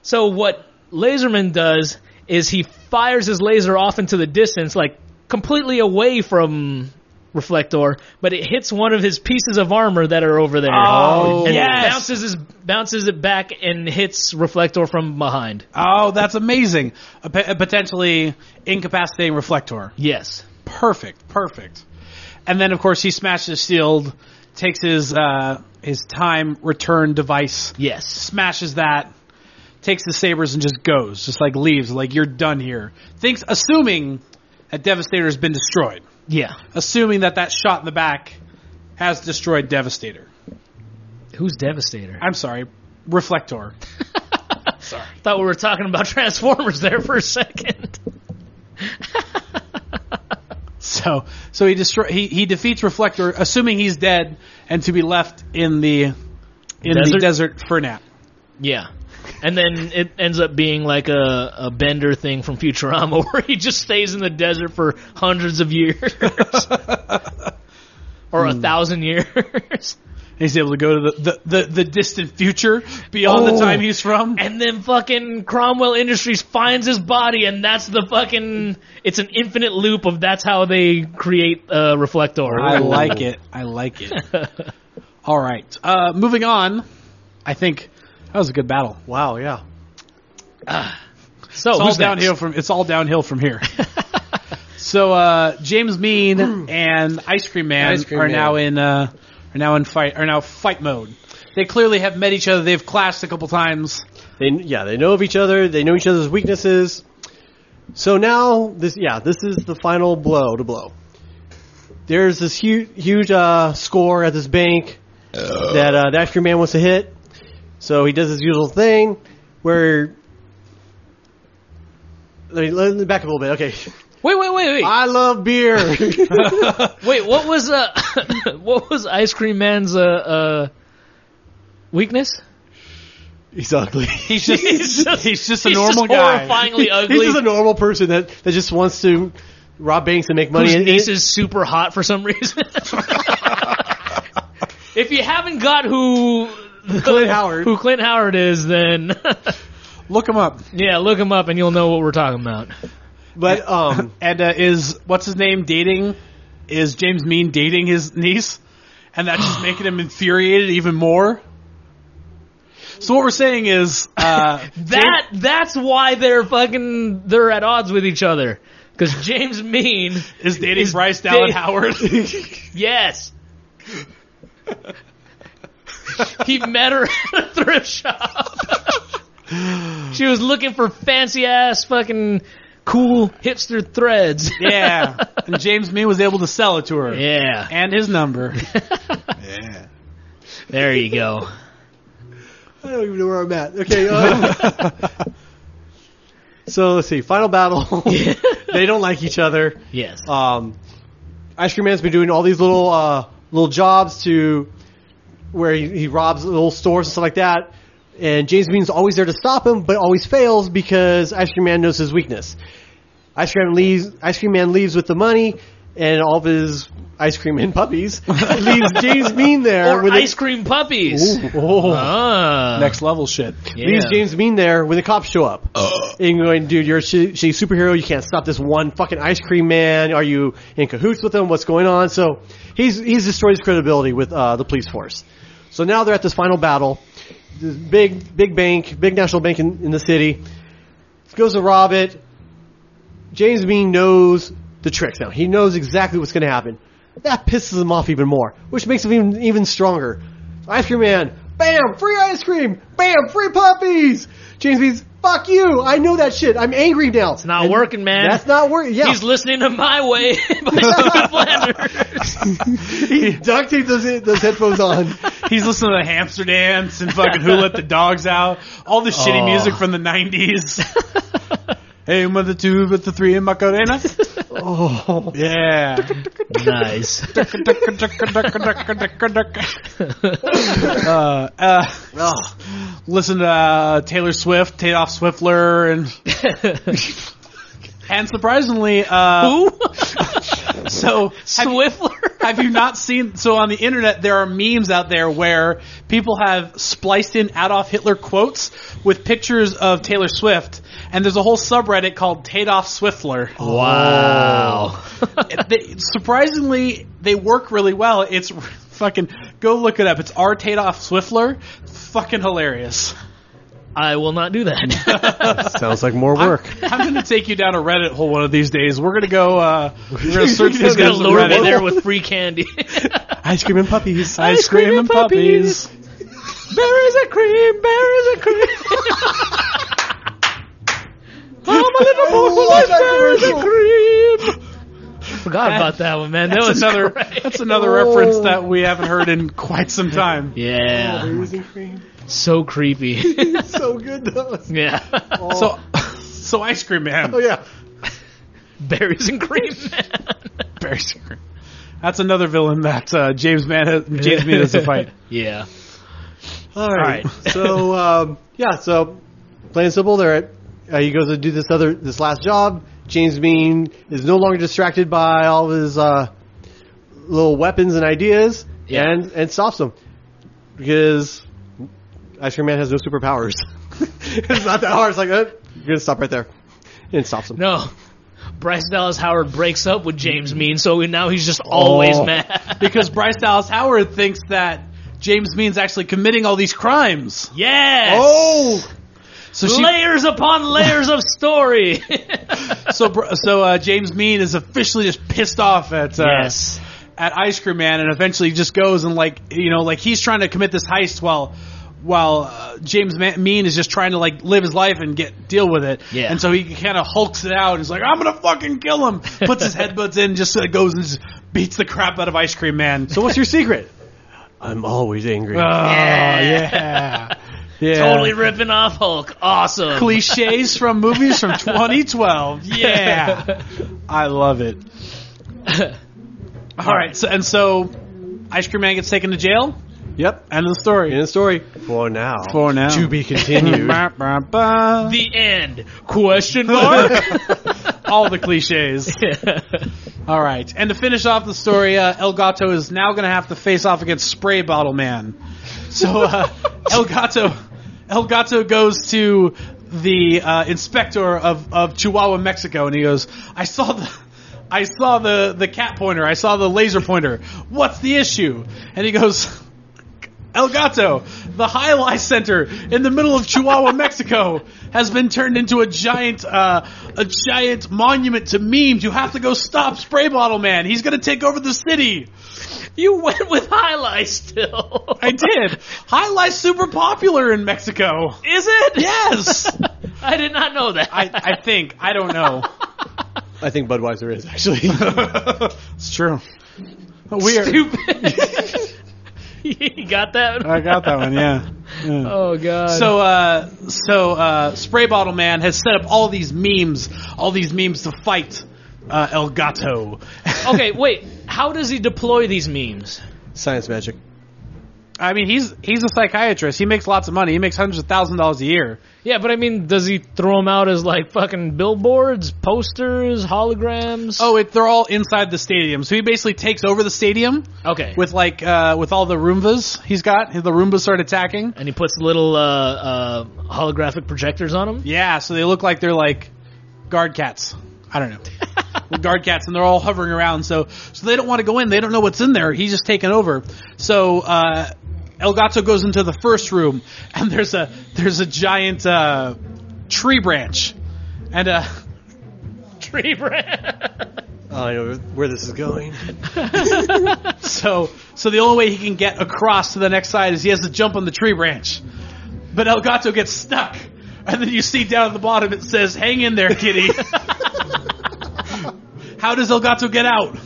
Speaker 3: So what Laserman does is he fires his laser off into the distance, like completely away from Reflector, but it hits one of his pieces of armor that are over there.
Speaker 2: Oh,
Speaker 3: and
Speaker 2: yes.
Speaker 3: bounces his, bounces it back and hits Reflector from behind.
Speaker 2: Oh, that's amazing. A, pe- a potentially incapacitating reflector.
Speaker 3: Yes.
Speaker 2: Perfect, perfect. And then, of course, he smashes Shield, takes his uh, his time return device,
Speaker 3: Yes.
Speaker 2: smashes that, takes the sabers and just goes, just like leaves, like you're done here. Thinks, assuming that Devastator has been destroyed,
Speaker 3: Yeah.
Speaker 2: assuming that that shot in the back has destroyed Devastator.
Speaker 3: Who's Devastator?
Speaker 2: I'm sorry, Reflector.
Speaker 3: thought we were talking about Transformers there for a second.
Speaker 2: So so he destroy he, he defeats Reflector, assuming he's dead and to be left in the in the
Speaker 3: Desert?
Speaker 2: desert for now.
Speaker 3: Yeah. And then it ends up being like a, a Bender thing from Futurama where he just stays in the desert for hundreds of years. or a thousand years.
Speaker 2: And He's able to go to the the, the, the distant future beyond
Speaker 3: Oh.
Speaker 2: the time he's from.
Speaker 3: And then fucking Cromwell Industries finds his body and that's the fucking it's an infinite loop of that's how they create a reflector.
Speaker 2: I like it. I like it. All right. Uh, moving on. I think that was a good battle.
Speaker 4: Wow, yeah.
Speaker 3: So
Speaker 2: It's all
Speaker 3: who's
Speaker 2: downhill
Speaker 3: next?
Speaker 2: from it's all downhill from here. so uh, James Mean and Ice Cream Man
Speaker 4: Ice Cream
Speaker 2: are
Speaker 4: Man.
Speaker 2: now in uh, are now in fight are now fight mode. They clearly have met each other. They've clashed a couple times.
Speaker 4: They yeah, they know of each other. They know each other's weaknesses. So now this yeah, this is the final blow to blow. There's this huge huge uh, score at this bank that uh, the ice cream man wants to hit. So he does his usual thing where. Let me, let me back up a little bit. Okay,
Speaker 3: Wait, wait, wait, wait.
Speaker 4: I love beer.
Speaker 3: Wait, what was uh, what was Ice Cream Man's uh, uh weakness?
Speaker 4: He's ugly.
Speaker 2: He's just he's just, a
Speaker 3: he's
Speaker 2: normal
Speaker 3: just
Speaker 2: guy.
Speaker 3: horrifyingly ugly.
Speaker 4: He's just a normal person that, that just wants to rob banks and make money.
Speaker 3: Whose
Speaker 4: And-
Speaker 3: niece is super hot for some reason. if you haven't got who
Speaker 4: Clint Howard.
Speaker 3: who Clint Howard is, then
Speaker 2: Look him up.
Speaker 3: yeah, look him up and you'll know what we're talking about.
Speaker 4: But um,
Speaker 2: And uh, is what's his name dating? Is James Mean dating his niece? And that's just making him infuriated even more. So what we're saying is uh,
Speaker 3: That that's why they're fucking they're at odds with each other. Because James Mean,
Speaker 2: is dating
Speaker 3: Is
Speaker 2: Bryce Dallas
Speaker 3: da-
Speaker 2: Howard.
Speaker 3: yes. he met her at a thrift shop. she was looking for fancy ass fucking cool hipster threads.
Speaker 2: yeah, and James Mean was able to sell it to her
Speaker 3: Yeah.
Speaker 2: and his number.
Speaker 3: There you go.
Speaker 4: I don't even know where I'm at. Okay. uh, so let's see. Final battle. they don't like each other.
Speaker 3: Yes.
Speaker 4: Um, Ice Cream Man's been doing all these little uh, little jobs to where he, he robs little stores and stuff like that. And James Bean's always there to stop him, but always fails because Ice Cream Man knows his weakness. Ice Cream leaves. Ice Cream Man leaves with the money and all of his ice cream and puppies. leaves James Bean there
Speaker 3: or
Speaker 4: with
Speaker 3: ice
Speaker 4: the,
Speaker 3: cream puppies.
Speaker 4: Oh.
Speaker 3: Ah.
Speaker 2: Next level shit.
Speaker 3: Yeah.
Speaker 4: Leaves James Mean there when the cops show up. And you're going, dude, you're a shitty shitty superhero. You can't stop this one fucking ice cream man. Are you in cahoots with him? What's going on? So he's he's destroyed his credibility with uh, the police force. So now they're at this final battle. This big big bank, big national bank in, in the city. Goes to rob it. James Mean knows the tricks now. He knows exactly what's going to happen. That pisses him off even more, which makes him even, even stronger. Ice Cream Man, bam, free ice cream, bam, free puppies. James Mean's, fuck you, I know that shit. I'm angry now. It's
Speaker 3: not working, man.
Speaker 4: That's not working. Yeah,
Speaker 3: He's listening to My Way by Stephen Flanders.
Speaker 4: he duct taped those, those headphones on.
Speaker 2: He's listening to the hamster dance and fucking who let the dogs out. All the shitty
Speaker 3: Oh.
Speaker 2: music from the nineties. hey, one, the two, but the three, and Macarena.
Speaker 4: Oh,
Speaker 2: Yeah.
Speaker 3: nice.
Speaker 2: uh, uh, listen to uh, Taylor Swift, Taylor Swiftler, and and surprisingly, uh,
Speaker 3: Who?
Speaker 2: so have you-
Speaker 3: Swiffler?
Speaker 2: have you not seen? So on the internet, there are memes out there where people have spliced in Adolf Hitler quotes with pictures of Taylor Swift, and there's a whole subreddit called Tadoff Swiftler.
Speaker 4: Oh. Wow.
Speaker 2: they, surprisingly, they work really well. It's fucking go look it up. It's R Tadoff Swiftler. Fucking hilarious.
Speaker 3: I will not do that.
Speaker 4: Sounds like more work.
Speaker 2: I'm gonna take you down a Reddit hole one of these days. We're gonna go. Uh, we're gonna search
Speaker 3: He's
Speaker 2: this
Speaker 3: gonna
Speaker 2: guy's
Speaker 3: lure me
Speaker 2: Reddit.
Speaker 3: there with free candy.
Speaker 4: Ice cream and puppies.
Speaker 2: Ice cream and puppies.
Speaker 3: berries and cream, berries and cream. I'm a little boy who likes berries and cream. Forgot about that one, man. That was
Speaker 2: another-
Speaker 3: great.
Speaker 2: That's another reference that we haven't heard in quite some time.
Speaker 3: Yeah,
Speaker 4: Ice cream.
Speaker 3: so creepy.
Speaker 4: So good though.
Speaker 3: yeah,
Speaker 2: So, so ice cream man.
Speaker 4: Oh yeah.
Speaker 3: berries and cream. Man.
Speaker 2: Barry's- That's another villain that uh, James Mann has, James Mann has to fight.
Speaker 3: Yeah,
Speaker 4: All right.
Speaker 3: All right.
Speaker 4: so um, yeah, so plain and simple, they're at, uh, he goes to do this other this last job. James Bean is no longer distracted by all of his uh, little weapons and ideas,
Speaker 3: Yeah.
Speaker 4: and and stops him because Ice Cream Man has no superpowers. it's not that hard. It's like uh, you're gonna stop right there, and it stops him.
Speaker 3: no. Bryce Dallas Howard breaks up with James Mean, so now he's just always
Speaker 4: Oh.
Speaker 3: mad.
Speaker 2: because Bryce Dallas Howard thinks that James Mean's actually committing all these crimes.
Speaker 3: Yes.
Speaker 4: Oh,
Speaker 2: So she,
Speaker 3: layers upon layers of story.
Speaker 2: so Br- so uh, James Mean is officially just pissed off at uh,
Speaker 3: yes.
Speaker 2: at Ice Cream Man, and eventually just goes and like you know like he's trying to commit this heist while while uh, James Ma- Mean is just trying to like live his life and get deal with it.
Speaker 3: Yeah.
Speaker 2: And so he kind of hulks it out. He's like, I'm gonna fucking kill him. Puts his headbutts in, just uh, goes and just beats the crap out of Ice Cream Man. So
Speaker 4: what's your secret? I'm always angry.
Speaker 2: Uh, yeah.
Speaker 3: yeah.
Speaker 2: yeah.
Speaker 3: Totally ripping off Hulk. Awesome.
Speaker 2: cliches from movies from 2012. Yeah, I love it. All right, so and so, Ice Cream Man gets taken to jail.
Speaker 4: yep.
Speaker 2: End of
Speaker 4: End
Speaker 2: the story.
Speaker 4: of story. For now.
Speaker 2: For now.
Speaker 4: To be continued.
Speaker 2: Bah, bah, bah.
Speaker 3: The end. Question mark.
Speaker 2: All the cliches. All right, and to finish off the story, uh, El Gato is now going to have to face off against Spray Bottle Man. So uh, El Gato, El Gato goes to the uh, inspector of, of Chihuahua, Mexico, and he goes, "I saw the." I saw the, the cat pointer. I saw the laser pointer. What's the issue? And he goes, El Gato, the High Lie Center in the middle of Chihuahua, Mexico, has been turned into a giant, uh, a giant monument to memes. You have to go stop Spray Bottle Man. He's gonna take over the city.
Speaker 3: you went with highlight still.
Speaker 2: I did. High Lie's super popular in Mexico.
Speaker 3: Is it?
Speaker 2: Yes.
Speaker 3: I did not know that.
Speaker 2: I, I think. I don't know.
Speaker 4: I think Budweiser is actually.
Speaker 2: It's true. We are.
Speaker 3: Stupid. you got that?
Speaker 2: I got that one. Yeah. Yeah.
Speaker 3: Oh god.
Speaker 2: So, uh, so uh, Spray Bottle Man has set up all these memes, all these memes to fight uh, El Gato.
Speaker 3: okay, wait. How does he deploy these memes?
Speaker 4: Science magic.
Speaker 2: I mean, he's he's a psychiatrist. He makes lots of money. He makes hundreds of thousand dollars a year.
Speaker 3: Yeah, but I mean, does he throw them out as like fucking billboards, posters, holograms?
Speaker 2: Oh, it, they're all inside the stadium. So he basically takes over the stadium
Speaker 3: okay.
Speaker 2: with like uh, with all the Roombas he's got. The Roombas start attacking.
Speaker 3: and he puts little uh, uh, holographic projectors on them.
Speaker 2: Yeah, so they look like they're like guard cats. I don't know. guard cats, and they're all hovering around. So, so they don't want to go in. They don't know what's in there. He's just taken over. So, uh, El Gato goes into the first room, and there's a there's a giant uh, tree branch, and uh,
Speaker 3: Tree branch.
Speaker 4: I know where this is going.
Speaker 2: so so the only way he can get across to the next side is he has to jump on the tree branch. But El Gato gets stuck, and then you see down at the bottom it says, "Hang in there, kitty." How does El Gato get out?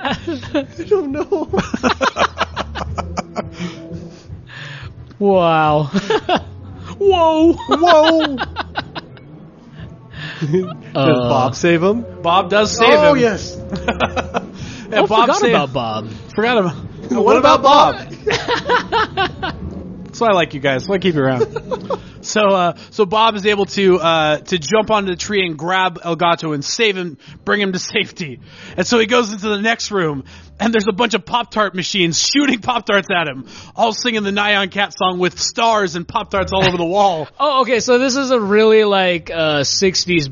Speaker 4: I don't know.
Speaker 3: wow. Whoa.
Speaker 4: Whoa! Does
Speaker 3: Uh,
Speaker 4: Bob save him?
Speaker 2: Bob does save him.
Speaker 4: Oh, yes.
Speaker 2: Yeah,
Speaker 3: I
Speaker 2: Bob
Speaker 3: Oh, forgot
Speaker 2: saved,
Speaker 3: about Bob.
Speaker 2: Forgot him.
Speaker 4: What about Bob?
Speaker 2: That's why I like you guys. That's why I keep you around. So uh, so Bob is able to uh, to jump onto the tree and grab Elgato and save him, bring him to safety. And so he goes into the next room, and there's a bunch of Pop Tart machines shooting Pop Tarts at him, all singing the Nyan Cat song with stars and Pop Tarts all over the wall.
Speaker 3: Oh, okay. So this is a really like uh, '60s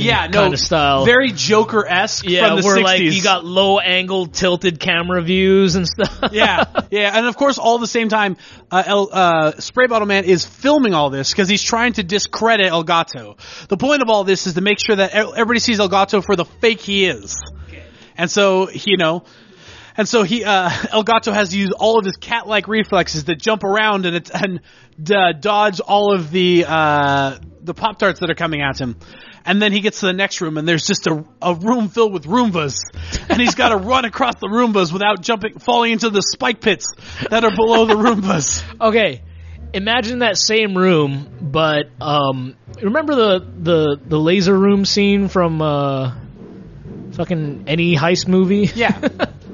Speaker 2: Yeah, no,
Speaker 3: kind of style.
Speaker 2: very Joker esque
Speaker 3: yeah,
Speaker 2: from the
Speaker 3: where
Speaker 2: 60s.
Speaker 3: like you got low angle, tilted camera views and stuff.
Speaker 2: yeah, yeah, and of course, all the same time, uh, El, uh, Spray Bottle Man is filming all this because he's trying to discredit Elgato. The point of all this is to make sure that e- everybody sees Elgato for the fake he is. And so, you know, and so he uh, Elgato has to use all of his cat-like reflexes to jump around and it's, and uh, dodge all of the uh, the pop tarts that are coming at him. And then he gets to the next room, and there's just a, a room filled with Roombas, and he's got to run across the Roombas without jumping, falling into the spike pits that are below the Roombas.
Speaker 3: Okay. Imagine that same room, but um, remember the, the the laser room scene from uh, fucking any heist movie?
Speaker 2: Yeah,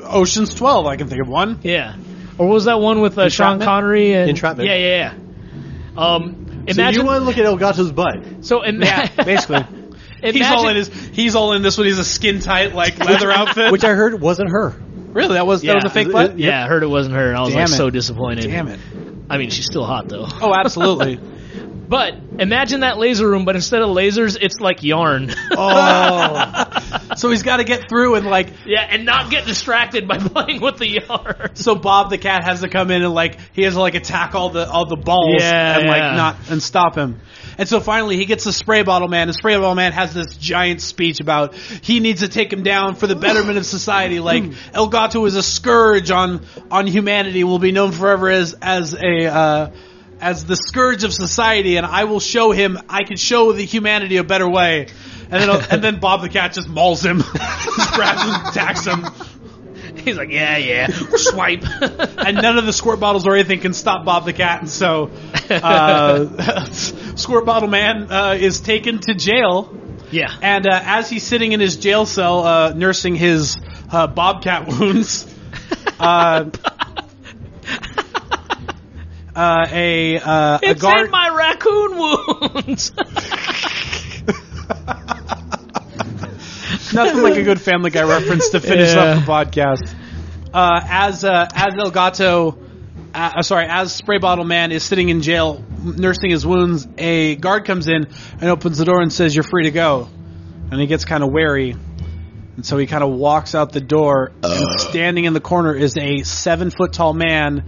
Speaker 2: Ocean's Twelve, I can think of one.
Speaker 3: Yeah. Or what was that one with uh, Sean
Speaker 4: Entrapment?
Speaker 3: Connery and
Speaker 4: Entrapment.
Speaker 3: Yeah, yeah, yeah. Um,
Speaker 4: So
Speaker 3: imagine
Speaker 4: you want to look at Elgato's butt.
Speaker 3: so ima-
Speaker 2: Yeah, basically.
Speaker 3: imagine,
Speaker 2: He's all in his. He's all in this one. He's a skin tight like leather outfit.
Speaker 4: Which I heard wasn't her.
Speaker 2: really, that was
Speaker 3: Yeah.
Speaker 2: that was a fake butt.
Speaker 3: Yeah, I heard it wasn't her, and I was
Speaker 2: Damn
Speaker 3: like
Speaker 2: it.
Speaker 3: so disappointed.
Speaker 2: Damn it.
Speaker 3: I mean, she's still hot though.
Speaker 2: Oh, absolutely.
Speaker 3: But imagine that laser room, but instead of lasers, it's like yarn.
Speaker 2: Oh. so he's got to get through and like.
Speaker 3: yeah, and not get distracted by playing with the yarn.
Speaker 2: So Bob the cat has to come in and like he has to like attack all the all the balls
Speaker 3: Yeah,
Speaker 2: and
Speaker 3: yeah.
Speaker 2: like not and stop him. And so finally he gets the spray bottle man. And spray bottle man has this giant speech about he needs to take him down for the betterment of society. Like Elgato is a scourge on on humanity. Will be known forever as as a. Uh, as the scourge of society, and I will show him. I can show the humanity a better way, and then and then Bob the cat just mauls him, just grabs him, attacks him,
Speaker 3: He's like, yeah, yeah, swipe.
Speaker 2: and none of the squirt bottles or anything can stop Bob the Cat. And so, uh, Squirt Bottle Man uh, is taken to jail.
Speaker 3: yeah.
Speaker 2: And uh, as he's sitting in his jail cell, uh, nursing his uh, bobcat wounds, uh, uh, a uh, a
Speaker 3: it's
Speaker 2: guard.
Speaker 3: in my raccoon wounds.
Speaker 2: Nothing like a good Family Guy reference to finish
Speaker 3: Yeah.
Speaker 2: up the podcast. Uh, as uh, as Elgato, uh, uh, sorry, as Spray Bottle Man is sitting in jail nursing his wounds, a guard comes in and opens the door and says, "You're free to go." And he gets kind of wary, and so he kind of walks out the door. And standing in the corner is a seven foot tall man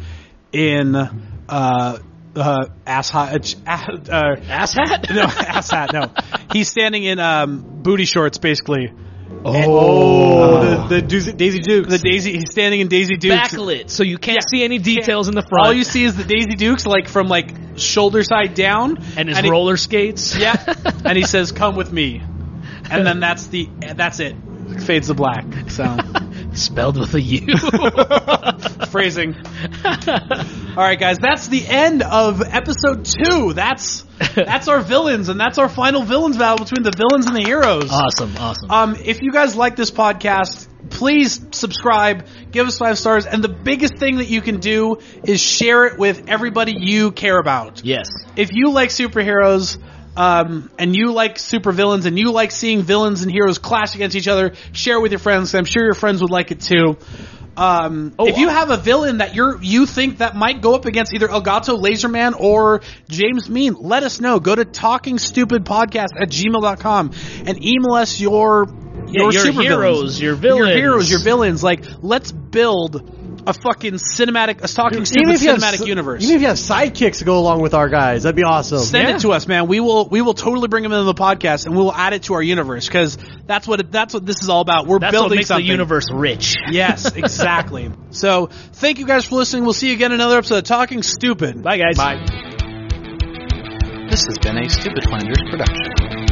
Speaker 2: in uh, uh, ass high, uh, uh,
Speaker 3: Ass hat.
Speaker 2: no ass hat. No, he's standing in um, booty shorts, basically.
Speaker 4: Oh, the, the Doozy- Daisy Dukes.
Speaker 2: The Daisy, he's standing in Daisy Dukes.
Speaker 3: backlit, so you can't see any details in the front.
Speaker 2: All you see is the Daisy Dukes, like from like shoulder side down,
Speaker 3: and his
Speaker 2: he-
Speaker 3: roller skates.
Speaker 2: yeah, and he says, "Come with me," and then that's the that's it. Fades to black. So
Speaker 3: spelled with a U.
Speaker 2: phrasing. All right, guys, that's the end of episode two. That's that's our villains, and that's our final villains battle between the villains and the heroes.
Speaker 3: awesome, awesome.
Speaker 2: Um, if you guys like this podcast, please subscribe, give us five stars, and the biggest thing that you can do is share it with everybody you care about.
Speaker 3: yes.
Speaker 2: If you like superheroes, um, and you like supervillains, and you like seeing villains and heroes clash against each other, share it with your friends. 'cause I'm sure your friends would like it too. Um, if you have a villain that you're you think that might go up against either Elgato Laserman or James Mean, let us know. Go to talkingstupidpodcast at gmail.com and email us your your,
Speaker 3: your
Speaker 2: supervillains.
Speaker 3: heroes, your
Speaker 2: your
Speaker 3: villains.
Speaker 2: heroes, your villains. Like, let's build a fucking cinematic, a talking stupid
Speaker 4: you have
Speaker 2: cinematic
Speaker 4: s-
Speaker 2: universe.
Speaker 4: Even if you have sidekicks to go along with our guys, that'd be awesome.
Speaker 2: Send it to us, man. We will we will totally bring them into the podcast and we will add it to our universe because that's what it, that's what this is all about. We're
Speaker 3: That's what
Speaker 2: building
Speaker 3: makes
Speaker 2: something.
Speaker 3: the universe rich.
Speaker 2: yes, exactly. so thank you guys for listening. We'll see you again in another episode of Talking Stupid.
Speaker 3: Bye, guys.
Speaker 2: Bye.
Speaker 5: This has been a Stupid Flanders production.